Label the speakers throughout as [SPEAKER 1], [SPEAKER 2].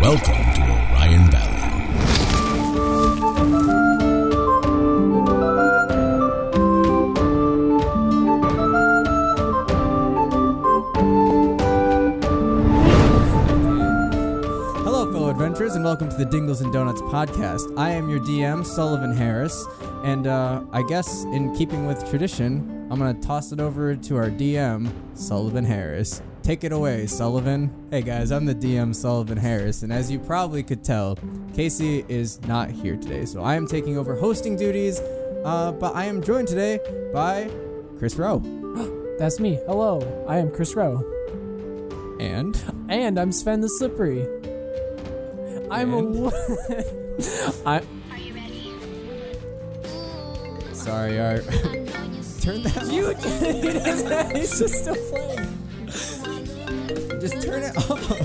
[SPEAKER 1] Welcome to Orion Valley.
[SPEAKER 2] Hello, fellow adventurers, and welcome to the Dingles and Donuts podcast. I am your DM, Sullivan Harris, and uh, I guess in keeping with tradition, I'm going to toss it over to our DM, Sullivan Harris. Take it away, Sullivan. Hey guys, I'm the DM, Sullivan Harris, and as you probably could tell, Casey is not here today, so I am taking over hosting duties, uh, but I am joined today by Chris Rowe.
[SPEAKER 3] That's me. Hello, I am Chris Rowe.
[SPEAKER 2] And
[SPEAKER 3] And I'm Sven the Slippery. I'm a.
[SPEAKER 2] And?
[SPEAKER 3] wo- I,
[SPEAKER 4] Are you ready?
[SPEAKER 2] sorry, our, turn that off.
[SPEAKER 3] you, it's just still playing.
[SPEAKER 2] Just turn it off.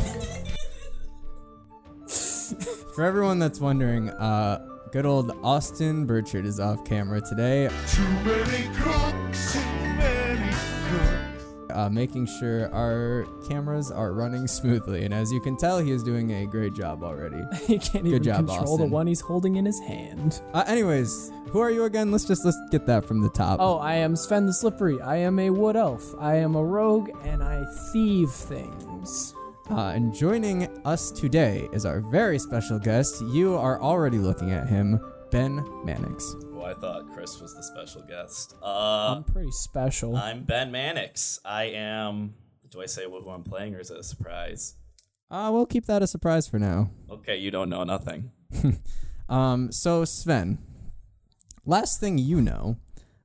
[SPEAKER 2] For everyone that's wondering, uh, good old Austin Burchard is off camera today,
[SPEAKER 5] Too many cooks, too many cooks.
[SPEAKER 2] uh, making sure our cameras are running smoothly. And as you can tell, he is doing a great job already.
[SPEAKER 3] He can't even
[SPEAKER 2] job,
[SPEAKER 3] control
[SPEAKER 2] Austin.
[SPEAKER 3] the one he's holding in his hand.
[SPEAKER 2] Uh, anyways, who are you again? Let's just let's get that from the top.
[SPEAKER 3] Oh, I am Sven the Slippery. I am a wood elf. I am a rogue, and I thieve things.
[SPEAKER 2] Uh, and joining us today is our very special guest. You are already looking at him, Ben Mannix.
[SPEAKER 6] Well, I thought Chris was the special guest.
[SPEAKER 3] I'm
[SPEAKER 6] Uh,
[SPEAKER 3] pretty special.
[SPEAKER 2] Uh,
[SPEAKER 6] I'm Ben Mannix. I am. Do I say who I'm playing, or is it a surprise?
[SPEAKER 2] Uh, we'll keep that a surprise for now.
[SPEAKER 6] Okay, you don't know nothing.
[SPEAKER 2] Um, so Sven, last thing you know,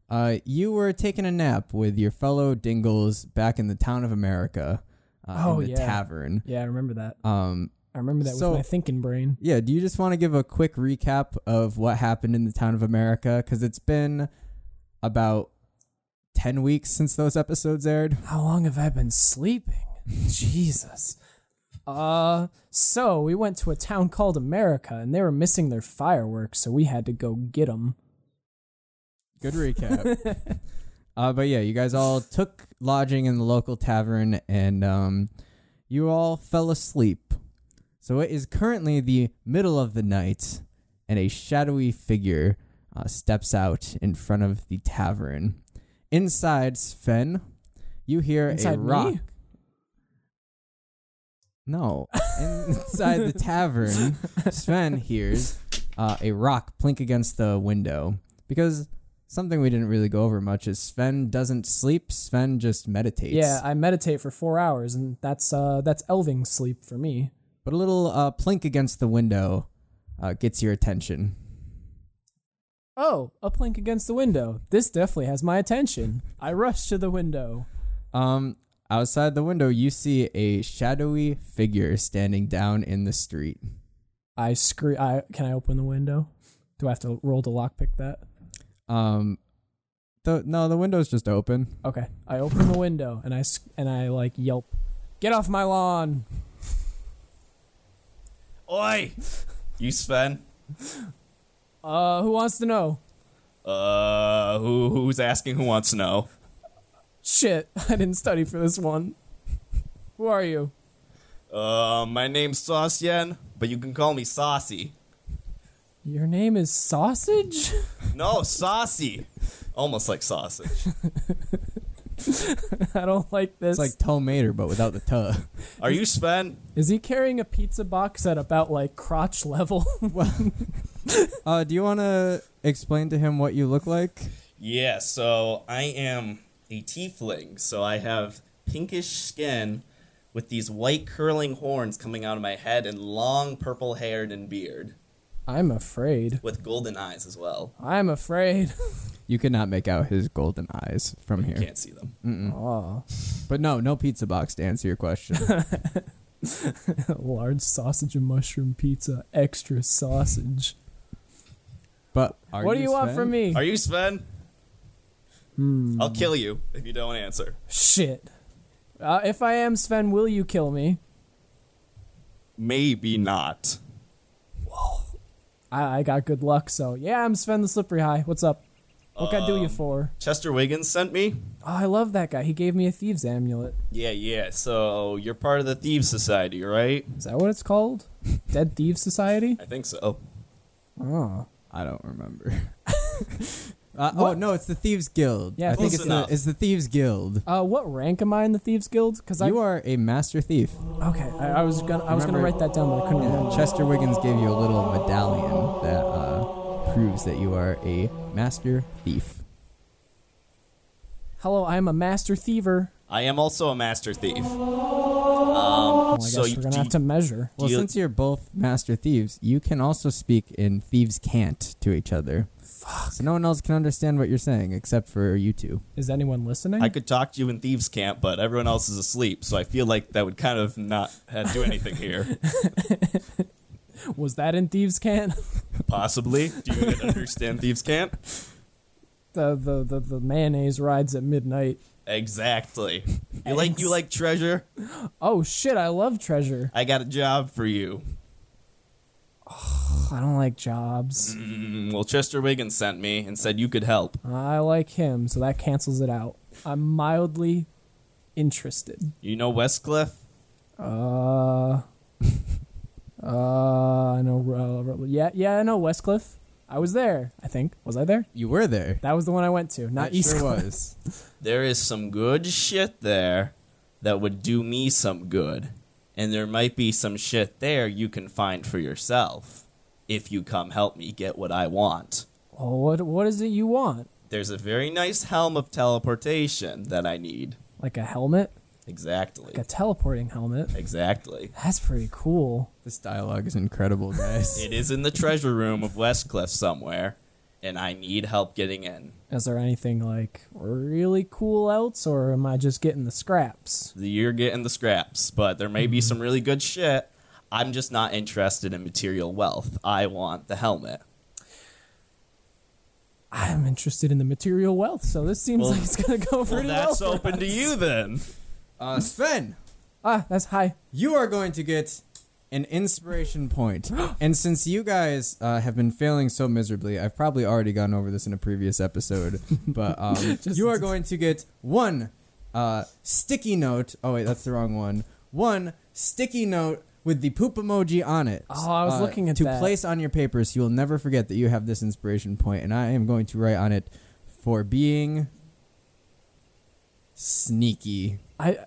[SPEAKER 2] uh, you were taking a nap with your fellow Dingles back in the town of America, uh,
[SPEAKER 3] Oh,
[SPEAKER 2] in the
[SPEAKER 3] yeah.
[SPEAKER 2] tavern.
[SPEAKER 3] yeah, I remember that.
[SPEAKER 2] Um,
[SPEAKER 3] I remember that
[SPEAKER 2] so-
[SPEAKER 3] with my thinking brain.
[SPEAKER 2] yeah. Do you just want to give a quick recap of what happened in the town of America? Because it's been about ten weeks since those episodes aired.
[SPEAKER 3] How long have I been sleeping? Jesus. Uh, so we went to a town called America, and they were missing their fireworks, so we had to go get them.
[SPEAKER 2] Good recap. uh, but yeah, you guys all took lodging in the local tavern and um, you all fell asleep. So it is currently the middle of the night, and a shadowy figure uh, steps out in front of the tavern. Inside Sven, you hear
[SPEAKER 3] Inside
[SPEAKER 2] a
[SPEAKER 3] me?
[SPEAKER 2] rock. No, inside the tavern, Sven hears uh, a rock plink against the window because something we didn't really go over much is Sven doesn't sleep. Sven just meditates.
[SPEAKER 3] Yeah, I meditate for four hours, and that's uh that's elving sleep for me.
[SPEAKER 2] But a little uh, plink against the window uh, gets your attention.
[SPEAKER 3] Oh, a plank against the window. This definitely has my attention. I rush to the window.
[SPEAKER 2] Um, outside the window, you see a shadowy figure standing down in the street.
[SPEAKER 3] I scream. I can I open the window? Do I have to roll to lockpick that?
[SPEAKER 2] Um, the, no, the window's just open.
[SPEAKER 3] Okay, I open the window and I s- and I like yelp, "Get off my lawn!"
[SPEAKER 6] Oi, you Sven.
[SPEAKER 3] Uh, who wants to know?
[SPEAKER 6] Uh, who who's asking? Who wants to know?
[SPEAKER 3] Shit, I didn't study for this one. Who are you?
[SPEAKER 6] Uh, my name's Sauce Yen, but you can call me Saucy.
[SPEAKER 3] Your name is Sausage?
[SPEAKER 6] No, Saucy. Almost like sausage.
[SPEAKER 3] I don't like
[SPEAKER 2] It's
[SPEAKER 3] this.
[SPEAKER 2] like Tomater, but without the tuh.
[SPEAKER 6] Are you Sven?
[SPEAKER 3] is he carrying a pizza box at about like crotch level?
[SPEAKER 2] Uh, do you want to explain to him what you look like?
[SPEAKER 6] Yeah, so I am a tiefling, so I have pinkish skin with these white curling horns coming out of my head and long purple hair and beard
[SPEAKER 3] I'm afraid.
[SPEAKER 6] with golden eyes as well.
[SPEAKER 3] I'm afraid.
[SPEAKER 2] You cannot make out his golden eyes from here.
[SPEAKER 6] Can't see them.
[SPEAKER 3] Oh,
[SPEAKER 2] But no, no pizza box to answer your question.
[SPEAKER 3] large sausage and mushroom pizza, extra sausage.
[SPEAKER 2] But are
[SPEAKER 3] what do you want
[SPEAKER 2] Sven?
[SPEAKER 3] from me?
[SPEAKER 6] Are you Sven? I'll kill you if you don't answer.
[SPEAKER 3] Shit. Uh, if I am Sven, will you kill me?
[SPEAKER 6] Maybe not.
[SPEAKER 3] I, I got good luck, so yeah, I'm Sven the Slippery High. What's up? What can I do you for?
[SPEAKER 6] Chester Wiggins sent me.
[SPEAKER 3] Oh, I love that guy. He gave me a thieves amulet.
[SPEAKER 6] Yeah, yeah. So you're part of the Thieves Society, right?
[SPEAKER 3] Is that what it's called? Dead Thieves Society?
[SPEAKER 6] I think so.
[SPEAKER 3] Oh.
[SPEAKER 2] I don't remember. uh, oh no, it's the Thieves Guild.
[SPEAKER 3] Yeah,
[SPEAKER 2] I think
[SPEAKER 6] Close
[SPEAKER 2] it's the,
[SPEAKER 6] enough.
[SPEAKER 2] it's the Thieves Guild.
[SPEAKER 3] Uh, what rank am I in the Thieves Guild? Because I
[SPEAKER 2] You are a master thief.
[SPEAKER 3] okay. I, I was gonna I was gonna
[SPEAKER 2] Remember-
[SPEAKER 3] write that down, but I couldn't remember.
[SPEAKER 2] Chester Wiggins gave you a little medallion that uh, proves that you are a master thief.
[SPEAKER 3] Hello, I am a master thiever.
[SPEAKER 6] I am also a master thief. Um,
[SPEAKER 3] Well, Oh, I
[SPEAKER 6] so
[SPEAKER 3] guess
[SPEAKER 6] you,
[SPEAKER 3] we're
[SPEAKER 6] do
[SPEAKER 3] gonna have to measure.
[SPEAKER 2] Well,
[SPEAKER 6] you-
[SPEAKER 2] since you're both master thieves, you can also speak in thieves' cant to each other. Fuck. So no one else can understand what you're saying except for you two.
[SPEAKER 3] Is anyone listening?
[SPEAKER 6] I could talk to you in thieves camp, but everyone else is asleep, so I feel like that would kind of not uh, do anything here.
[SPEAKER 3] Was that in thieves can?
[SPEAKER 6] Possibly. Do you understand thieves camp?
[SPEAKER 3] the, the the the mayonnaise rides at midnight.
[SPEAKER 6] Exactly. You like you like treasure?
[SPEAKER 3] Oh shit! I love treasure.
[SPEAKER 6] I got a job for you.
[SPEAKER 3] I don't like jobs.
[SPEAKER 6] Mm, Well, Chester Wiggins sent me and said you could help.
[SPEAKER 3] I like him, so that cancels it out. I'm mildly interested.
[SPEAKER 6] You know Westcliff?
[SPEAKER 3] Uh, uh, I know. Uh, yeah, yeah, I know Westcliff. I was there. I think was I there?
[SPEAKER 2] You were there.
[SPEAKER 3] That was the one I went to, not
[SPEAKER 2] That
[SPEAKER 3] East.
[SPEAKER 2] sure
[SPEAKER 3] Cliff.
[SPEAKER 2] was.
[SPEAKER 6] There is some good shit there that would do me some good. And there might be some shit there you can find for yourself if you come help me get what I want.
[SPEAKER 3] Oh, what what is it you want?
[SPEAKER 6] There's a very nice helm of teleportation that I need.
[SPEAKER 3] Like a helmet,
[SPEAKER 6] Exactly.
[SPEAKER 3] like a teleporting helmet.
[SPEAKER 6] Exactly.
[SPEAKER 3] That's pretty cool.
[SPEAKER 2] This dialogue is incredible, guys.
[SPEAKER 6] It is in the treasure room of Westcliff somewhere, and I need help getting in.
[SPEAKER 3] Is there anything like really cool else, or am I just getting the scraps?
[SPEAKER 6] You're getting the scraps, but there may
[SPEAKER 3] Mm-hmm.
[SPEAKER 6] be some really good shit. I'm just not interested in material wealth. I want the helmet.
[SPEAKER 3] I'm interested in the material wealth, so this seems
[SPEAKER 6] Well-
[SPEAKER 3] like it's gonna go pretty well.
[SPEAKER 6] that's
[SPEAKER 3] for
[SPEAKER 6] open to
[SPEAKER 3] us.
[SPEAKER 6] you then.
[SPEAKER 2] uh, Sven,
[SPEAKER 3] Ah, that's high.
[SPEAKER 2] you are going to get an inspiration point. and since you guys uh, have been failing so miserably, I've probably already gone over this in a previous episode, but um, you are going to get one uh, sticky note. Oh, wait, that's the wrong one. One sticky note with the poop emoji on it.
[SPEAKER 3] Oh, I was
[SPEAKER 2] uh,
[SPEAKER 3] looking at
[SPEAKER 2] to
[SPEAKER 3] that.
[SPEAKER 2] place on your papers. You will never forget that you have this inspiration point, and I am going to write on it for being sneaky.
[SPEAKER 3] I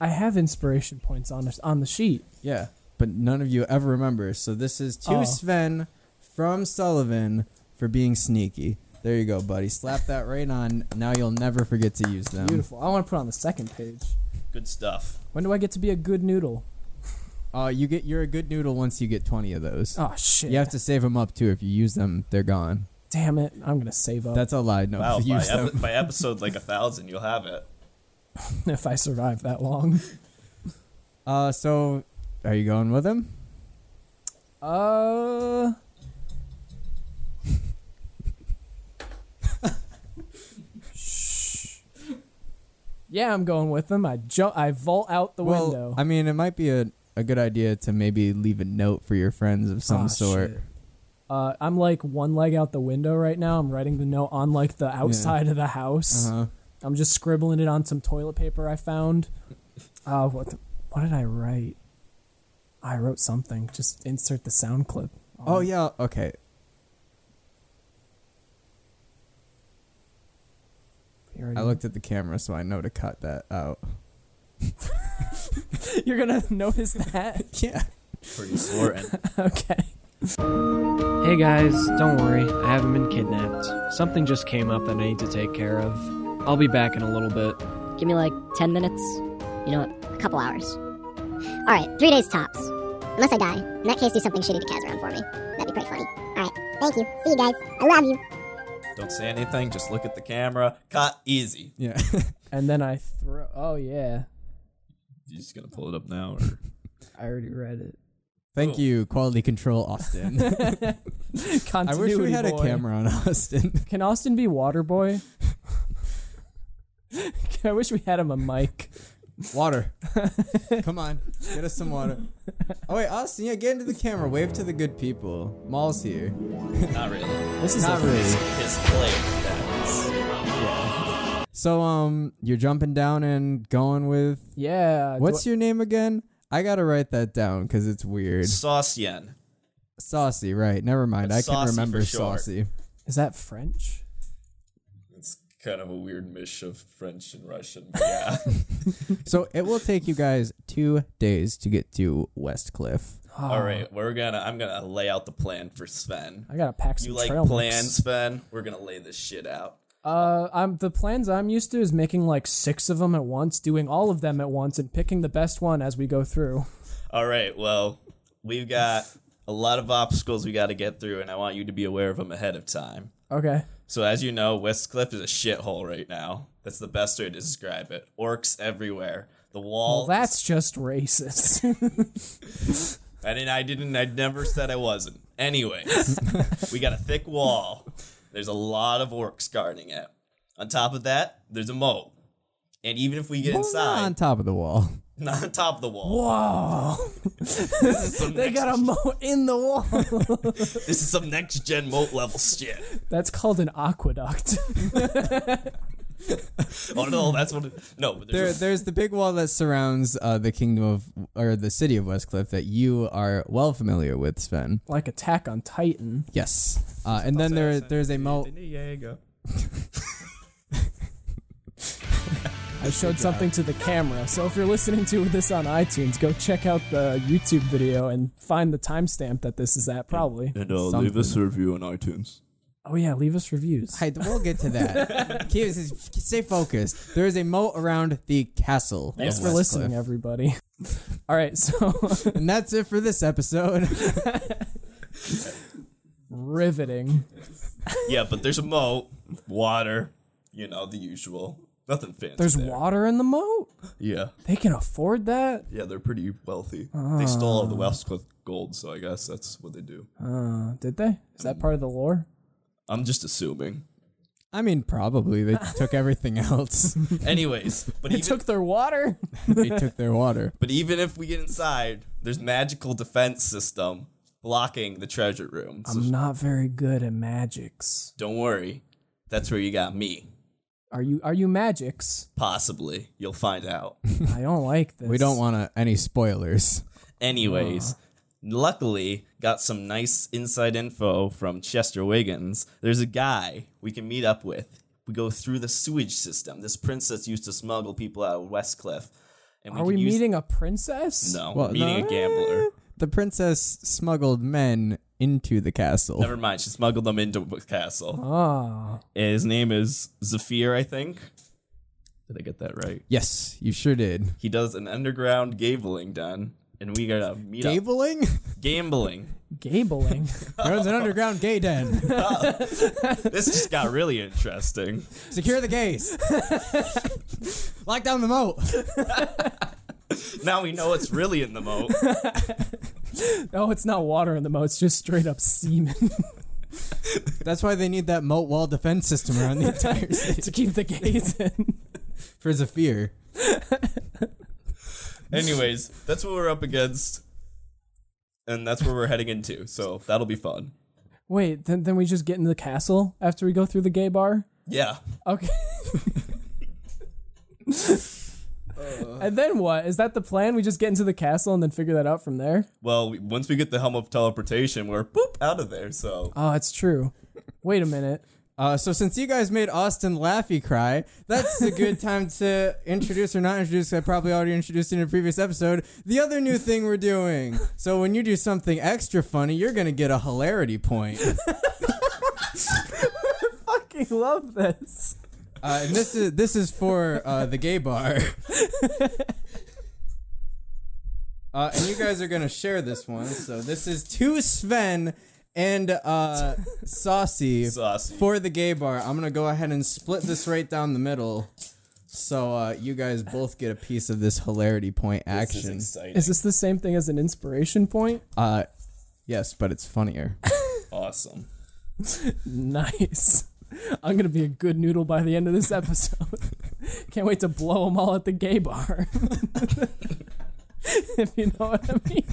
[SPEAKER 3] I have inspiration points on the, on the sheet.
[SPEAKER 2] Yeah, but none of you ever remember. So this is to
[SPEAKER 3] Oh.
[SPEAKER 2] Sven from Sullivan for being sneaky. There you go, buddy. Slap that right on. Now you'll never forget to use them.
[SPEAKER 3] Beautiful. I want to put on the second page.
[SPEAKER 6] Good stuff.
[SPEAKER 3] When do I get to be a good noodle?
[SPEAKER 2] Uh, you get you're a good noodle once you get twenty of those.
[SPEAKER 3] Oh shit!
[SPEAKER 2] You have to save them up too. If you use them, they're gone.
[SPEAKER 3] Damn it! I'm gonna save up
[SPEAKER 2] That's a lie. No,
[SPEAKER 6] Wow, by,
[SPEAKER 2] use them.
[SPEAKER 6] epi- by episode like a thousand, you'll have it.
[SPEAKER 3] if I survive that long.
[SPEAKER 2] Uh, so are you going with him?
[SPEAKER 3] Uh. Shh. yeah, I'm going with them. I jump. I vault out the
[SPEAKER 2] well,
[SPEAKER 3] window.
[SPEAKER 2] I mean, it might be a a good idea to maybe leave a note for your friends of some
[SPEAKER 3] Ah,
[SPEAKER 2] sort.
[SPEAKER 3] shit. Uh, I'm like one leg out the window right now. I'm writing the note on like the outside of the house.
[SPEAKER 2] Uh-huh.
[SPEAKER 3] I'm just scribbling it on some toilet paper I found. Uh, what? The, what did I write? I wrote something. Just insert the sound clip.
[SPEAKER 2] Oh yeah. Okay.
[SPEAKER 3] Here it
[SPEAKER 2] I
[SPEAKER 3] is.
[SPEAKER 2] looked at the camera, so I know to cut that out.
[SPEAKER 3] You're gonna notice that.
[SPEAKER 2] Yeah.
[SPEAKER 6] Pretty important.
[SPEAKER 3] okay.
[SPEAKER 4] Hey guys, don't worry, I haven't been kidnapped. Something just came up that I need to take care of. I'll be back in a little bit.
[SPEAKER 7] Give me like 10 minutes. You know what?
[SPEAKER 8] a couple hours. All right, three days tops. Unless I die. In that case, do something shitty to Kazaron for me. That'd be pretty funny. All right, thank you. See you guys. I love you.
[SPEAKER 6] Don't say anything. Just look at the camera. Cut. Easy.
[SPEAKER 2] Yeah.
[SPEAKER 3] And then I throw. Oh yeah,
[SPEAKER 6] You're just gonna pull it up now, or
[SPEAKER 3] I already read it.
[SPEAKER 2] Thank you, quality control, Austin. I wish
[SPEAKER 3] Continuity
[SPEAKER 2] we had
[SPEAKER 3] boy.
[SPEAKER 2] a camera on Austin.
[SPEAKER 3] Can Austin be Waterboy? I wish we had him a mic.
[SPEAKER 2] Water. Come on, get us some water. Oh wait, Austin, yeah, get into the camera. Wave to the good people. Maul's here.
[SPEAKER 6] Not really.
[SPEAKER 3] This is
[SPEAKER 2] Not
[SPEAKER 3] a-
[SPEAKER 2] really.
[SPEAKER 6] His play that is.
[SPEAKER 2] So um, you're jumping down and going with
[SPEAKER 3] Yeah.
[SPEAKER 2] what's your name again? I gotta write that down because it's weird.
[SPEAKER 6] Sauce Yen.
[SPEAKER 2] Saucy, right? Never mind. I can
[SPEAKER 6] Saucy
[SPEAKER 2] remember
[SPEAKER 6] for short.
[SPEAKER 2] saucy.
[SPEAKER 3] your- is that French?
[SPEAKER 6] It's kind of a weird mish of French and Russian. but yeah.
[SPEAKER 2] So it will take you guys two days to get to West Cliff.
[SPEAKER 6] All right, we're gonna. I'm gonna lay out the plan for Sven.
[SPEAKER 3] I gotta pack some
[SPEAKER 6] You like
[SPEAKER 3] trail mix.
[SPEAKER 6] plans, Sven? We're gonna lay this shit out.
[SPEAKER 3] Uh, I'm the plans I'm used to is making like six of them at once, doing all of them at once, and picking the best one as we go through.
[SPEAKER 6] All right. Well, we've got a lot of obstacles we got to get through, and I want you to be aware of them ahead of time.
[SPEAKER 3] Okay.
[SPEAKER 6] So, as you know, West Cliff is a shithole right now. That's the best way to describe it. Orcs everywhere. The wall.
[SPEAKER 3] Well, that's just racist.
[SPEAKER 6] I didn't. I didn't. I never said I wasn't. Anyways, we got a thick wall. There's a lot of orcs guarding it. On top of that, there's a moat. And even if we get
[SPEAKER 2] Well, not on
[SPEAKER 6] inside,
[SPEAKER 2] top of the wall.
[SPEAKER 6] not on top of the wall.
[SPEAKER 3] Whoa! they got a mo in the wall.
[SPEAKER 6] This is some next gen moat level shit.
[SPEAKER 3] That's called an aqueduct.
[SPEAKER 6] Oh no, that's what. It, no, but
[SPEAKER 2] There,
[SPEAKER 6] there's,
[SPEAKER 2] there's the big wall that surrounds uh, the kingdom of or the city of West Cliff that you are well familiar with, Sven.
[SPEAKER 3] like Attack on Titan.
[SPEAKER 2] Yes. Uh, and then there, there's a moat.
[SPEAKER 3] I showed something to the camera. So if you're listening to this on iTunes, go check out the YouTube video and find the timestamp that this is at, probably.
[SPEAKER 6] and uh,
[SPEAKER 2] leave us
[SPEAKER 6] a review on iTunes.
[SPEAKER 3] Oh, yeah, leave us reviews.
[SPEAKER 2] Hey, we'll get to that. Keep- Stay focused. There is a moat around the castle. of
[SPEAKER 3] Thanks for
[SPEAKER 2] West
[SPEAKER 3] listening,
[SPEAKER 2] Cliff.
[SPEAKER 3] everybody. All right, so
[SPEAKER 2] And that's it for this episode.
[SPEAKER 3] riveting.
[SPEAKER 6] Yeah, but there's a moat, water, you know the usual. Nothing fancy.
[SPEAKER 3] There's
[SPEAKER 6] there.
[SPEAKER 3] water in the moat?
[SPEAKER 6] Yeah,
[SPEAKER 3] They can afford that?
[SPEAKER 6] yeah, they're pretty wealthy. They stole all the
[SPEAKER 3] Ah.
[SPEAKER 6] Westcliff gold, so I guess that's what they do.
[SPEAKER 3] Uh, did they? Is that part of the lore?
[SPEAKER 6] I'm just assuming.
[SPEAKER 2] I mean, probably they took everything else.
[SPEAKER 6] Anyways, but even
[SPEAKER 3] Took their water?
[SPEAKER 2] they took their water.
[SPEAKER 6] but even if we get inside, there's magical defense system blocking the treasure room. So
[SPEAKER 3] I'm not very good at magics.
[SPEAKER 6] don't worry, that's where you got me.
[SPEAKER 3] Are you are you magics?
[SPEAKER 6] Possibly, you'll find out.
[SPEAKER 3] I don't like this.
[SPEAKER 2] We don't want to, any spoilers.
[SPEAKER 6] Anyways, luckily got some nice inside info from Chester Wiggins. There's a guy we can meet up with. We go through the sewage system. This princess used to smuggle people out of Westcliff. And
[SPEAKER 3] Are
[SPEAKER 6] can
[SPEAKER 3] we
[SPEAKER 6] use-
[SPEAKER 3] meeting a princess?
[SPEAKER 6] No,
[SPEAKER 2] Well,
[SPEAKER 6] we're meeting
[SPEAKER 2] no.
[SPEAKER 6] a gambler.
[SPEAKER 2] The princess smuggled men into the castle.
[SPEAKER 6] Never mind. She smuggled them into the castle.
[SPEAKER 3] Oh,
[SPEAKER 6] And His name is Zafir, I think. Did I get that right?
[SPEAKER 2] Yes, you sure did.
[SPEAKER 6] He does an underground gambling den, and we gotta meet up.
[SPEAKER 2] Gabling?
[SPEAKER 6] Gambling.
[SPEAKER 3] gabling.
[SPEAKER 2] Runs an underground gay den.
[SPEAKER 6] This just got really interesting.
[SPEAKER 2] Secure the gays. Lock down the moat.
[SPEAKER 6] Now we know what's really in the moat.
[SPEAKER 3] oh, it's not water in the moat. It's just straight up semen
[SPEAKER 2] That's why they need that moat wall defense system around the entire city.
[SPEAKER 3] to keep the gays in.
[SPEAKER 2] For Zafir.
[SPEAKER 6] Anyways, that's what we're up against. And that's where we're heading into. So that'll be fun.
[SPEAKER 3] Wait, then then we just get into the castle after we go through the gay bar.
[SPEAKER 6] Yeah.
[SPEAKER 3] Okay. and then what? Is that the plan? We just get into the castle and then figure that out from there?
[SPEAKER 6] Well, we- once we get the helm of teleportation, we're boop out of there. So
[SPEAKER 3] Oh, it's true. Wait a minute.
[SPEAKER 2] Uh, so since you guys made Austin Laffy cry, that's a good time to introduce or not introduce. I probably already introduced in a previous episode. The other new thing we're doing. So when you do something extra funny, you're gonna get a hilarity point.
[SPEAKER 3] fucking love this.
[SPEAKER 2] Uh, and this is this is for uh, the gay bar. Uh, and you guys are gonna share this one. So this is to Sven and uh, Saucy
[SPEAKER 6] Saucy.
[SPEAKER 2] for the gay bar. I'm gonna go ahead and split this right down the middle. So uh, you guys both get a piece of this hilarity point action.
[SPEAKER 6] exciting.
[SPEAKER 3] Is this the same thing as an inspiration point?
[SPEAKER 2] Uh, yes, but it's funnier.
[SPEAKER 6] Awesome.
[SPEAKER 3] Nice. I'm gonna be a good noodle by the end of this episode. Can't wait to blow them all at the gay bar. if you know what I mean.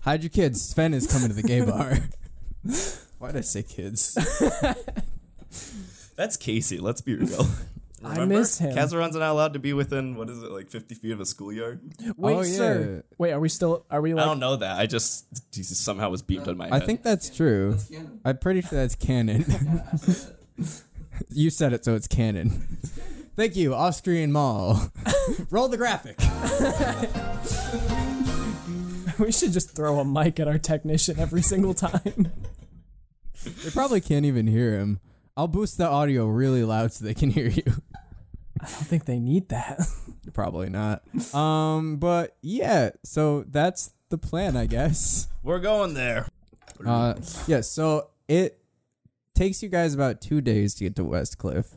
[SPEAKER 2] Hide your kids. Sven is coming to the gay bar. Why did I say kids?
[SPEAKER 6] That's Casey. Let's be real.
[SPEAKER 3] I miss him.
[SPEAKER 6] Kazaron's not allowed to be within what is it like fifty feet of a schoolyard?
[SPEAKER 3] Wait,
[SPEAKER 2] Oh,
[SPEAKER 3] sir. Wait, are we still? Are we
[SPEAKER 6] I
[SPEAKER 3] like?
[SPEAKER 6] don't know that. I just Jesus, somehow was beeped on my
[SPEAKER 2] I
[SPEAKER 6] head.
[SPEAKER 2] think that's true. I'm pretty sure that's canon. you said it, so it's canon. Thank you, Austrian Mall. Roll the graphic.
[SPEAKER 3] We should just throw a mic at our technician every single time.
[SPEAKER 2] They probably can't even hear him. I'll boost the audio really loud so they can hear you.
[SPEAKER 3] I don't think they need that.
[SPEAKER 2] Probably not. Um, but yeah, so that's the plan, I guess.
[SPEAKER 6] We're going there.
[SPEAKER 2] Uh, yeah, so it takes you guys about two days to get to West Cliff.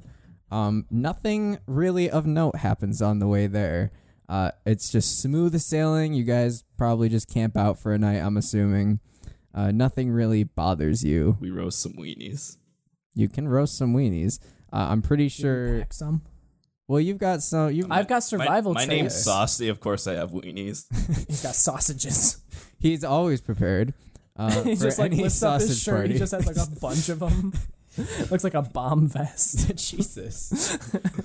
[SPEAKER 2] Um, nothing really of note happens on the way there. Uh, it's just smooth sailing. You guys probably just camp out for a night, I'm assuming. Uh, nothing really bothers you.
[SPEAKER 6] We roast some weenies.
[SPEAKER 2] You can roast some weenies. Uh, I'm pretty sure.
[SPEAKER 3] Pack some.
[SPEAKER 2] Well, you've got some. You've
[SPEAKER 3] I've got
[SPEAKER 6] My-
[SPEAKER 3] survival
[SPEAKER 6] My,
[SPEAKER 3] traits.
[SPEAKER 6] name's Saucy. Of course, I have weenies.
[SPEAKER 3] He's got sausages.
[SPEAKER 2] he's always prepared. Uh,
[SPEAKER 3] He
[SPEAKER 2] for
[SPEAKER 3] just like
[SPEAKER 2] any
[SPEAKER 3] lifts up
[SPEAKER 2] sausage
[SPEAKER 3] his shirt.
[SPEAKER 2] party.
[SPEAKER 3] He just has like a bunch of them. Looks like a bomb vest.
[SPEAKER 2] Jesus.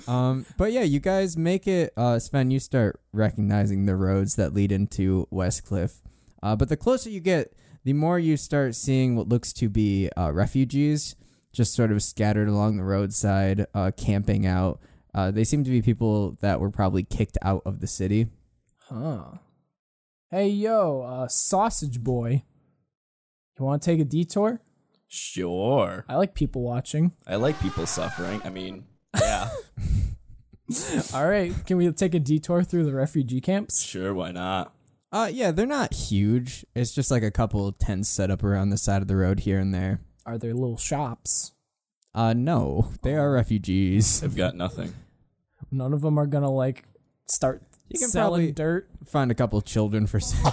[SPEAKER 2] um, but yeah, you guys make it. Uh, Sven, you start recognizing the roads that lead into West Cliff. Uh, but the closer you get, the more you start seeing what looks to be uh, refugees just sort of scattered along the roadside, uh, camping out. Uh, they seem to be people that were probably kicked out of the city.
[SPEAKER 3] Huh. Hey yo, uh, sausage boy. You want to take a detour?
[SPEAKER 6] sure.
[SPEAKER 3] I like people watching.
[SPEAKER 6] I like people suffering. I mean, yeah,
[SPEAKER 3] All right, can we take a detour through the refugee camps?
[SPEAKER 6] sure. Why not?
[SPEAKER 2] Uh, yeah, they're not huge. It's just like a couple tents set up around the side of the road here and there.
[SPEAKER 3] Are there little shops?
[SPEAKER 2] Uh, no, they are refugees.
[SPEAKER 6] I've got nothing.
[SPEAKER 3] None of them are gonna like start
[SPEAKER 2] You can
[SPEAKER 3] selling
[SPEAKER 2] probably-
[SPEAKER 3] dirt.
[SPEAKER 2] Find a couple children for sale.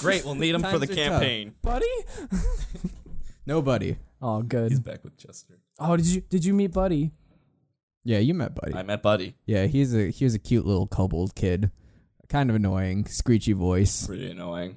[SPEAKER 6] Great. We'll need them for
[SPEAKER 2] Times
[SPEAKER 6] the
[SPEAKER 2] are tough.
[SPEAKER 6] campaign.
[SPEAKER 3] Buddy?
[SPEAKER 2] Nobody.
[SPEAKER 3] Oh, good.
[SPEAKER 6] He's back with Chester.
[SPEAKER 3] Oh, did you did you meet Buddy?
[SPEAKER 2] Yeah, you met Buddy.
[SPEAKER 6] I met Buddy.
[SPEAKER 2] yeah, he's a he was a cute little kobold kid, kind of annoying, screechy voice.
[SPEAKER 6] Pretty annoying.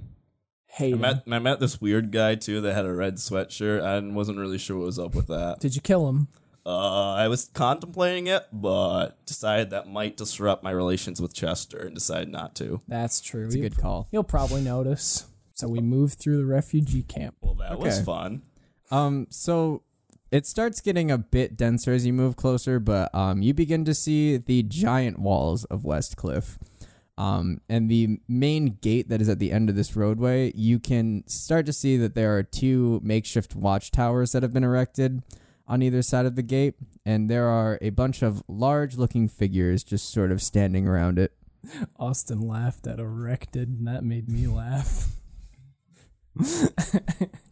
[SPEAKER 3] Hey,
[SPEAKER 6] I met I met this weird guy too that had a red sweatshirt and wasn't really sure what was up with that.
[SPEAKER 3] did you kill him?
[SPEAKER 6] Uh, I was contemplating it, but decided that might disrupt my relations with Chester and decided not to.
[SPEAKER 3] That's true.
[SPEAKER 2] It's a good call.
[SPEAKER 3] You'll probably notice. So we moved through the refugee camp.
[SPEAKER 6] Well, that was
[SPEAKER 2] Okay.
[SPEAKER 6] fun.
[SPEAKER 2] Um, so it starts getting a bit denser as you move closer, but um, you begin to see the giant walls of West Cliff. Um, and the main gate that is at the end of this roadway, you can start to see that there are two makeshift watchtowers that have been erected on either side of the gate, and there are a bunch of large looking figures just sort of standing around it.
[SPEAKER 3] Austin laughed at erected, and that made me laugh.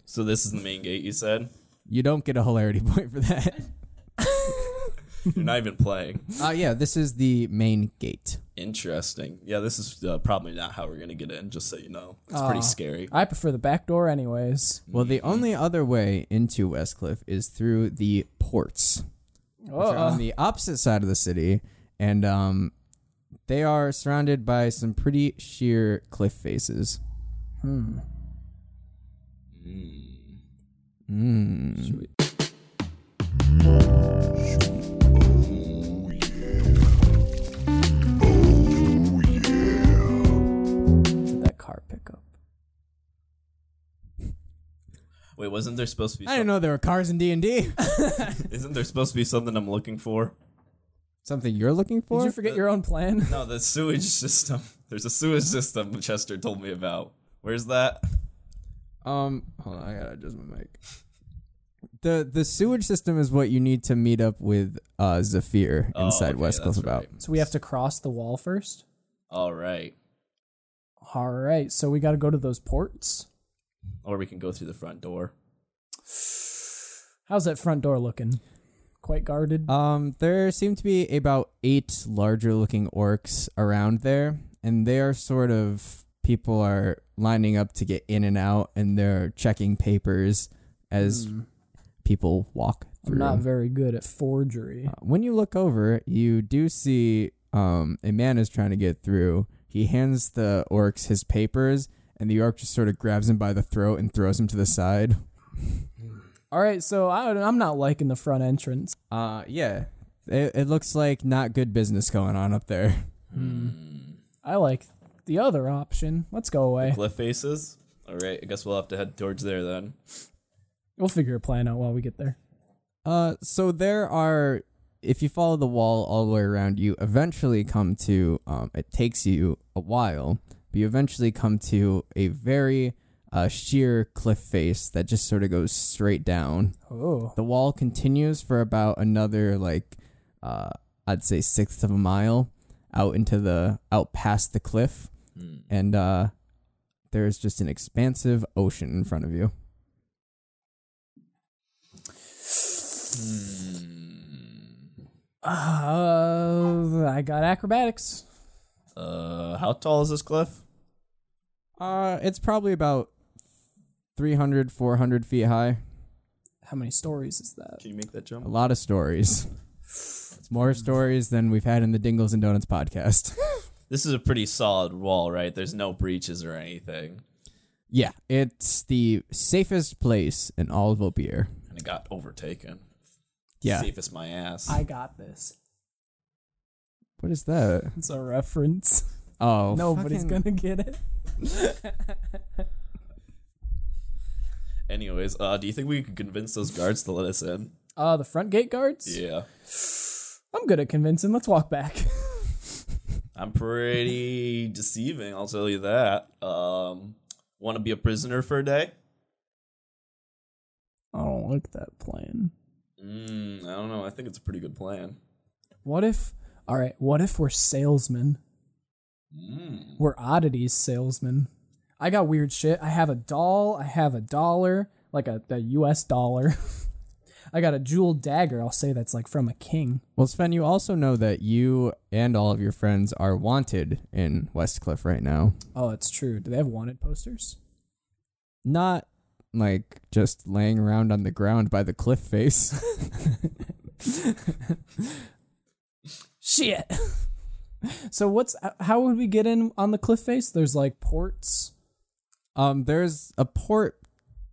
[SPEAKER 6] So this is the main gate you said.
[SPEAKER 2] You don't get a hilarity point for that.
[SPEAKER 6] You're not even playing.
[SPEAKER 2] Uh, yeah, this is the main gate.
[SPEAKER 6] Interesting. Yeah, this is uh, probably not how we're gonna get in. Just so you know, it's pretty scary.
[SPEAKER 3] I prefer the back door, anyways.
[SPEAKER 2] Well, the only other way into Westcliff is through the ports, which are
[SPEAKER 6] Oh.
[SPEAKER 2] on the opposite side of the city, and um, they are surrounded by some pretty sheer cliff faces.
[SPEAKER 3] Did that car pick up?
[SPEAKER 6] Wait, wasn't there supposed to be?
[SPEAKER 2] I didn't know there were cars in D and D.
[SPEAKER 6] some- Isn't there supposed to be something I'm looking for?
[SPEAKER 2] Something you're looking for?
[SPEAKER 3] Did you forget your own plan?
[SPEAKER 6] No, the sewage system. There's a sewage system Chester told me about. Where's that?
[SPEAKER 2] um, hold on, I gotta adjust my mic. The the sewage system is what you need to meet up with uh, Zephyr
[SPEAKER 6] Oh,
[SPEAKER 2] inside
[SPEAKER 6] okay,
[SPEAKER 2] Westcliff
[SPEAKER 6] that's
[SPEAKER 2] about.
[SPEAKER 6] right.
[SPEAKER 3] So we have to cross the wall first.
[SPEAKER 6] All right.
[SPEAKER 3] All right. So we got to go to those ports.
[SPEAKER 6] Or we can go through the front door.
[SPEAKER 3] How's that front door looking? Quite guarded.
[SPEAKER 2] Um, there seem to be about eight larger looking orcs around there, and they are sort of people are lining up to get in and out, and they're checking papers as people walk
[SPEAKER 3] I'm
[SPEAKER 2] through.
[SPEAKER 3] not very good at forgery.
[SPEAKER 2] when you look over, you do see um, a man is trying to get through. He hands the orcs his papers, and the orc just sort of grabs him by the throat and throws him to the side.
[SPEAKER 3] All right, so I, I'm not liking the front entrance.
[SPEAKER 2] Uh, yeah, it, it looks like not good business going on up there.
[SPEAKER 3] I like the other option. Let's go away.
[SPEAKER 6] Cliff faces. All right, I guess we'll have to head towards there then.
[SPEAKER 3] We'll figure a plan out while we get there.
[SPEAKER 2] Uh, so there are, if you follow the wall all the way around, you eventually come to. Um, it takes you a while, but you eventually come to a very uh, sheer cliff face that just sort of goes straight down.
[SPEAKER 3] Oh,
[SPEAKER 2] The wall continues for about another like, uh, I'd say sixth of a mile out into the out past the cliff, and uh, there's just an expansive ocean in front of you.
[SPEAKER 3] uh, I got acrobatics.
[SPEAKER 6] Uh, how tall is this cliff?
[SPEAKER 2] Uh, it's probably about 300, 400 feet high.
[SPEAKER 3] How many stories is that?
[SPEAKER 6] Can you make that
[SPEAKER 2] A
[SPEAKER 6] jump?
[SPEAKER 2] lot of stories. It's more stories than we've had in the Dingles and Donuts podcast.
[SPEAKER 6] This is a pretty solid wall, right? There's no breaches or anything.
[SPEAKER 2] yeah, it's the safest place in all of Obeer.
[SPEAKER 6] And it got overtaken.
[SPEAKER 2] Yeah.
[SPEAKER 6] Safest my ass.
[SPEAKER 3] I got this.
[SPEAKER 2] What is that?
[SPEAKER 3] It's a reference.
[SPEAKER 2] Oh,
[SPEAKER 3] Nobody's
[SPEAKER 2] fucking-
[SPEAKER 3] gonna get it.
[SPEAKER 6] Anyways, uh, do you think we could convince those guards to let us in?
[SPEAKER 3] Uh, the front gate guards.
[SPEAKER 6] Yeah.
[SPEAKER 3] I'm good at convincing. Let's walk back.
[SPEAKER 6] I'm pretty deceiving, I'll tell you that. Um, want to be a prisoner for a day?
[SPEAKER 3] I don't like that plan.
[SPEAKER 6] Mm, I don't know. I think it's a pretty good plan.
[SPEAKER 3] What if? All right. What if we're salesmen? We're oddities salesmen. I got weird shit. I have a doll. I have a dollar, like a, a U.S. dollar. I got a jeweled dagger. I'll say that's like from a king.
[SPEAKER 2] Well, Sven, you also know that you and all of your friends are wanted in Westcliff right now.
[SPEAKER 3] Oh, it's true. Do they have wanted posters?
[SPEAKER 2] Not like just laying around on the ground by the cliff face.
[SPEAKER 3] Shit. so what's how would we get in on the cliff face? There's like ports.
[SPEAKER 2] Um, there's a port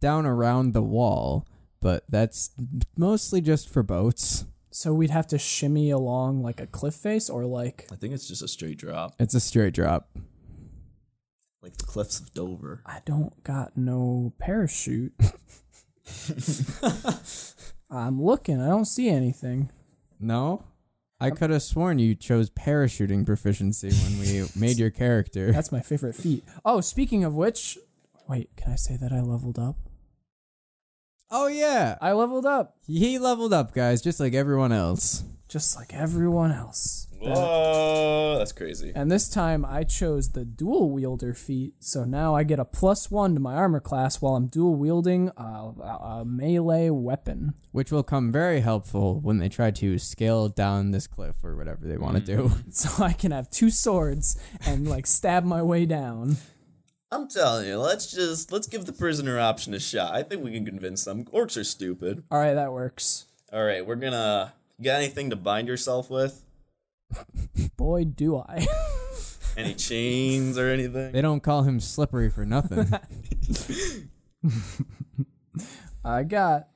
[SPEAKER 2] down around the wall, but that's mostly just for boats.
[SPEAKER 3] So we'd have to shimmy along like a cliff face or like
[SPEAKER 6] I think it's just a straight drop,
[SPEAKER 2] It's a straight drop.
[SPEAKER 6] like the cliffs of Dover.
[SPEAKER 3] I don't got no parachute. I'm looking. I don't see anything.
[SPEAKER 2] No, I could have sworn you chose parachuting proficiency when we made your character.
[SPEAKER 3] That's my favorite feat. Oh, speaking of which, wait, can I say that I leveled up?
[SPEAKER 2] Oh yeah,
[SPEAKER 3] I leveled up
[SPEAKER 2] he leveled up, guys, just like everyone else.
[SPEAKER 3] just like everyone else.
[SPEAKER 6] Whoa, that's crazy.
[SPEAKER 3] And this time I chose the dual wielder feat, so now I get a plus one to my armor class while I'm dual wielding a, a, a melee weapon.
[SPEAKER 2] Which will come very helpful when they try to scale down this cliff or whatever they want to do.
[SPEAKER 3] So I can have two swords and like stab my way down.
[SPEAKER 6] I'm telling you, let's just let's give the prisoner option a shot. I think we can convince them. Orcs are stupid.
[SPEAKER 3] All right, that works.
[SPEAKER 6] All right, we're gonna. You got anything to bind yourself with?
[SPEAKER 3] Boy, do I.
[SPEAKER 6] Any chains or anything?
[SPEAKER 2] They don't call him slippery for nothing.
[SPEAKER 3] I got.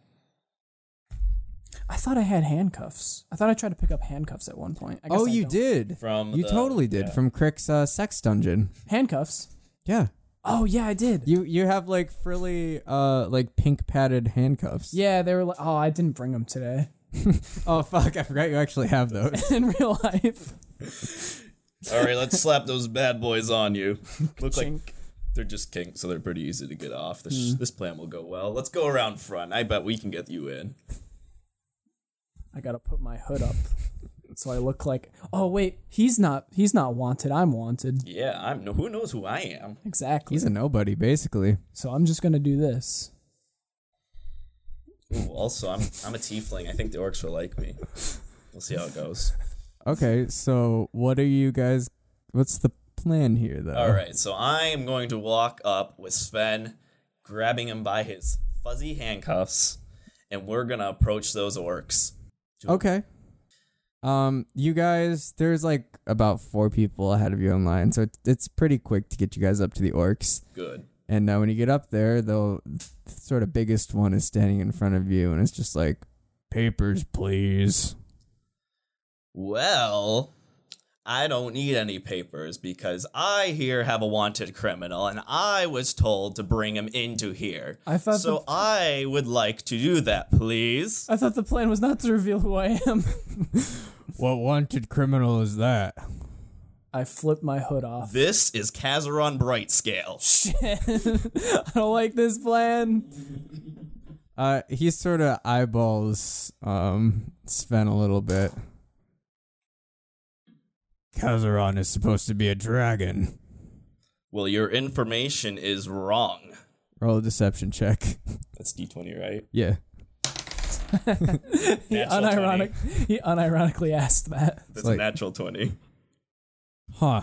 [SPEAKER 3] I thought I had handcuffs. I thought I tried to pick up handcuffs at one point. I guess
[SPEAKER 2] oh,
[SPEAKER 3] I
[SPEAKER 2] you
[SPEAKER 3] don't.
[SPEAKER 2] did.
[SPEAKER 6] From
[SPEAKER 2] you
[SPEAKER 6] the-
[SPEAKER 2] totally did
[SPEAKER 6] yeah.
[SPEAKER 2] from Crick's uh, sex dungeon.
[SPEAKER 3] handcuffs.
[SPEAKER 2] Yeah.
[SPEAKER 3] Oh yeah, I did.
[SPEAKER 2] You you have like frilly uh like pink padded handcuffs.
[SPEAKER 3] Yeah, they were like, oh, I didn't bring them today
[SPEAKER 2] Oh fuck, I forgot you actually have those.
[SPEAKER 3] in real life.
[SPEAKER 6] All right, let's slap those bad boys on you. Looks like
[SPEAKER 3] Chink.
[SPEAKER 6] they're just kinks, so they're pretty easy to get off. This
[SPEAKER 2] Mm.
[SPEAKER 6] this plan will go well. Let's go around front. I bet we can get you in.
[SPEAKER 3] I gotta put my hood up so I look like. Oh wait, he's not. He's not wanted. I'm wanted.
[SPEAKER 6] Yeah, I'm. No, who knows who I am?
[SPEAKER 3] Exactly.
[SPEAKER 2] He's a nobody basically.
[SPEAKER 3] so I'm just gonna do this.
[SPEAKER 6] Ooh, also, I'm I'm a tiefling. I think the orcs will like me. We'll see how it goes.
[SPEAKER 2] Okay, so what are you guys what's the plan here, though.
[SPEAKER 3] Uh-huh.
[SPEAKER 6] All right, so I am going to walk up with Sven, grabbing him by his fuzzy handcuffs, and we're gonna approach those orcs.
[SPEAKER 2] Okay. Um, you guys, there's like about four people ahead of you in line, so it, it's pretty quick to get you guys up to the orcs.
[SPEAKER 6] Good.
[SPEAKER 2] And uh, when you get up there, the sort of biggest one is standing in front of you, and it's just like, papers, please.
[SPEAKER 6] Well, I don't need any papers because I here have a wanted criminal, and I was told to bring him into here.
[SPEAKER 3] I thought
[SPEAKER 6] so.
[SPEAKER 3] the- Uh,
[SPEAKER 6] I would like to do that, please.
[SPEAKER 3] I thought the plan was not to reveal who I am.
[SPEAKER 2] What wanted criminal is that?
[SPEAKER 3] I flipped my hood off.
[SPEAKER 6] This is Kazaron Brightscale.
[SPEAKER 3] I don't like this plan.
[SPEAKER 2] Uh, he sort of eyeballs um Sven a little bit. Kazaron is supposed to be a dragon.
[SPEAKER 6] Well, your information is wrong.
[SPEAKER 2] Roll a deception check.
[SPEAKER 6] That's D20, right?
[SPEAKER 2] yeah.
[SPEAKER 3] He,
[SPEAKER 6] Natural
[SPEAKER 3] unironic, he unironically asked that.
[SPEAKER 6] That's
[SPEAKER 2] like-
[SPEAKER 6] a natural 20.
[SPEAKER 2] Huh.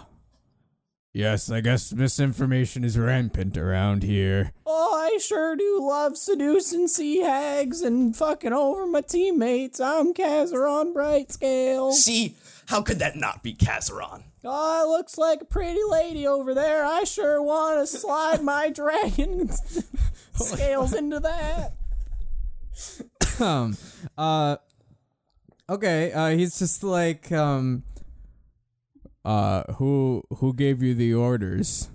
[SPEAKER 2] Yes, I guess misinformation is rampant around here.
[SPEAKER 3] Oh, I sure do love seducing sea hags and fucking over my teammates. I'm Kazaron Brightscale.
[SPEAKER 6] See, how could that not be Kazaron?
[SPEAKER 3] Oh, it looks like a pretty lady over there. I sure want to slide my dragon scales into that.
[SPEAKER 2] um uh okay uh he's just like um uh who who gave you the orders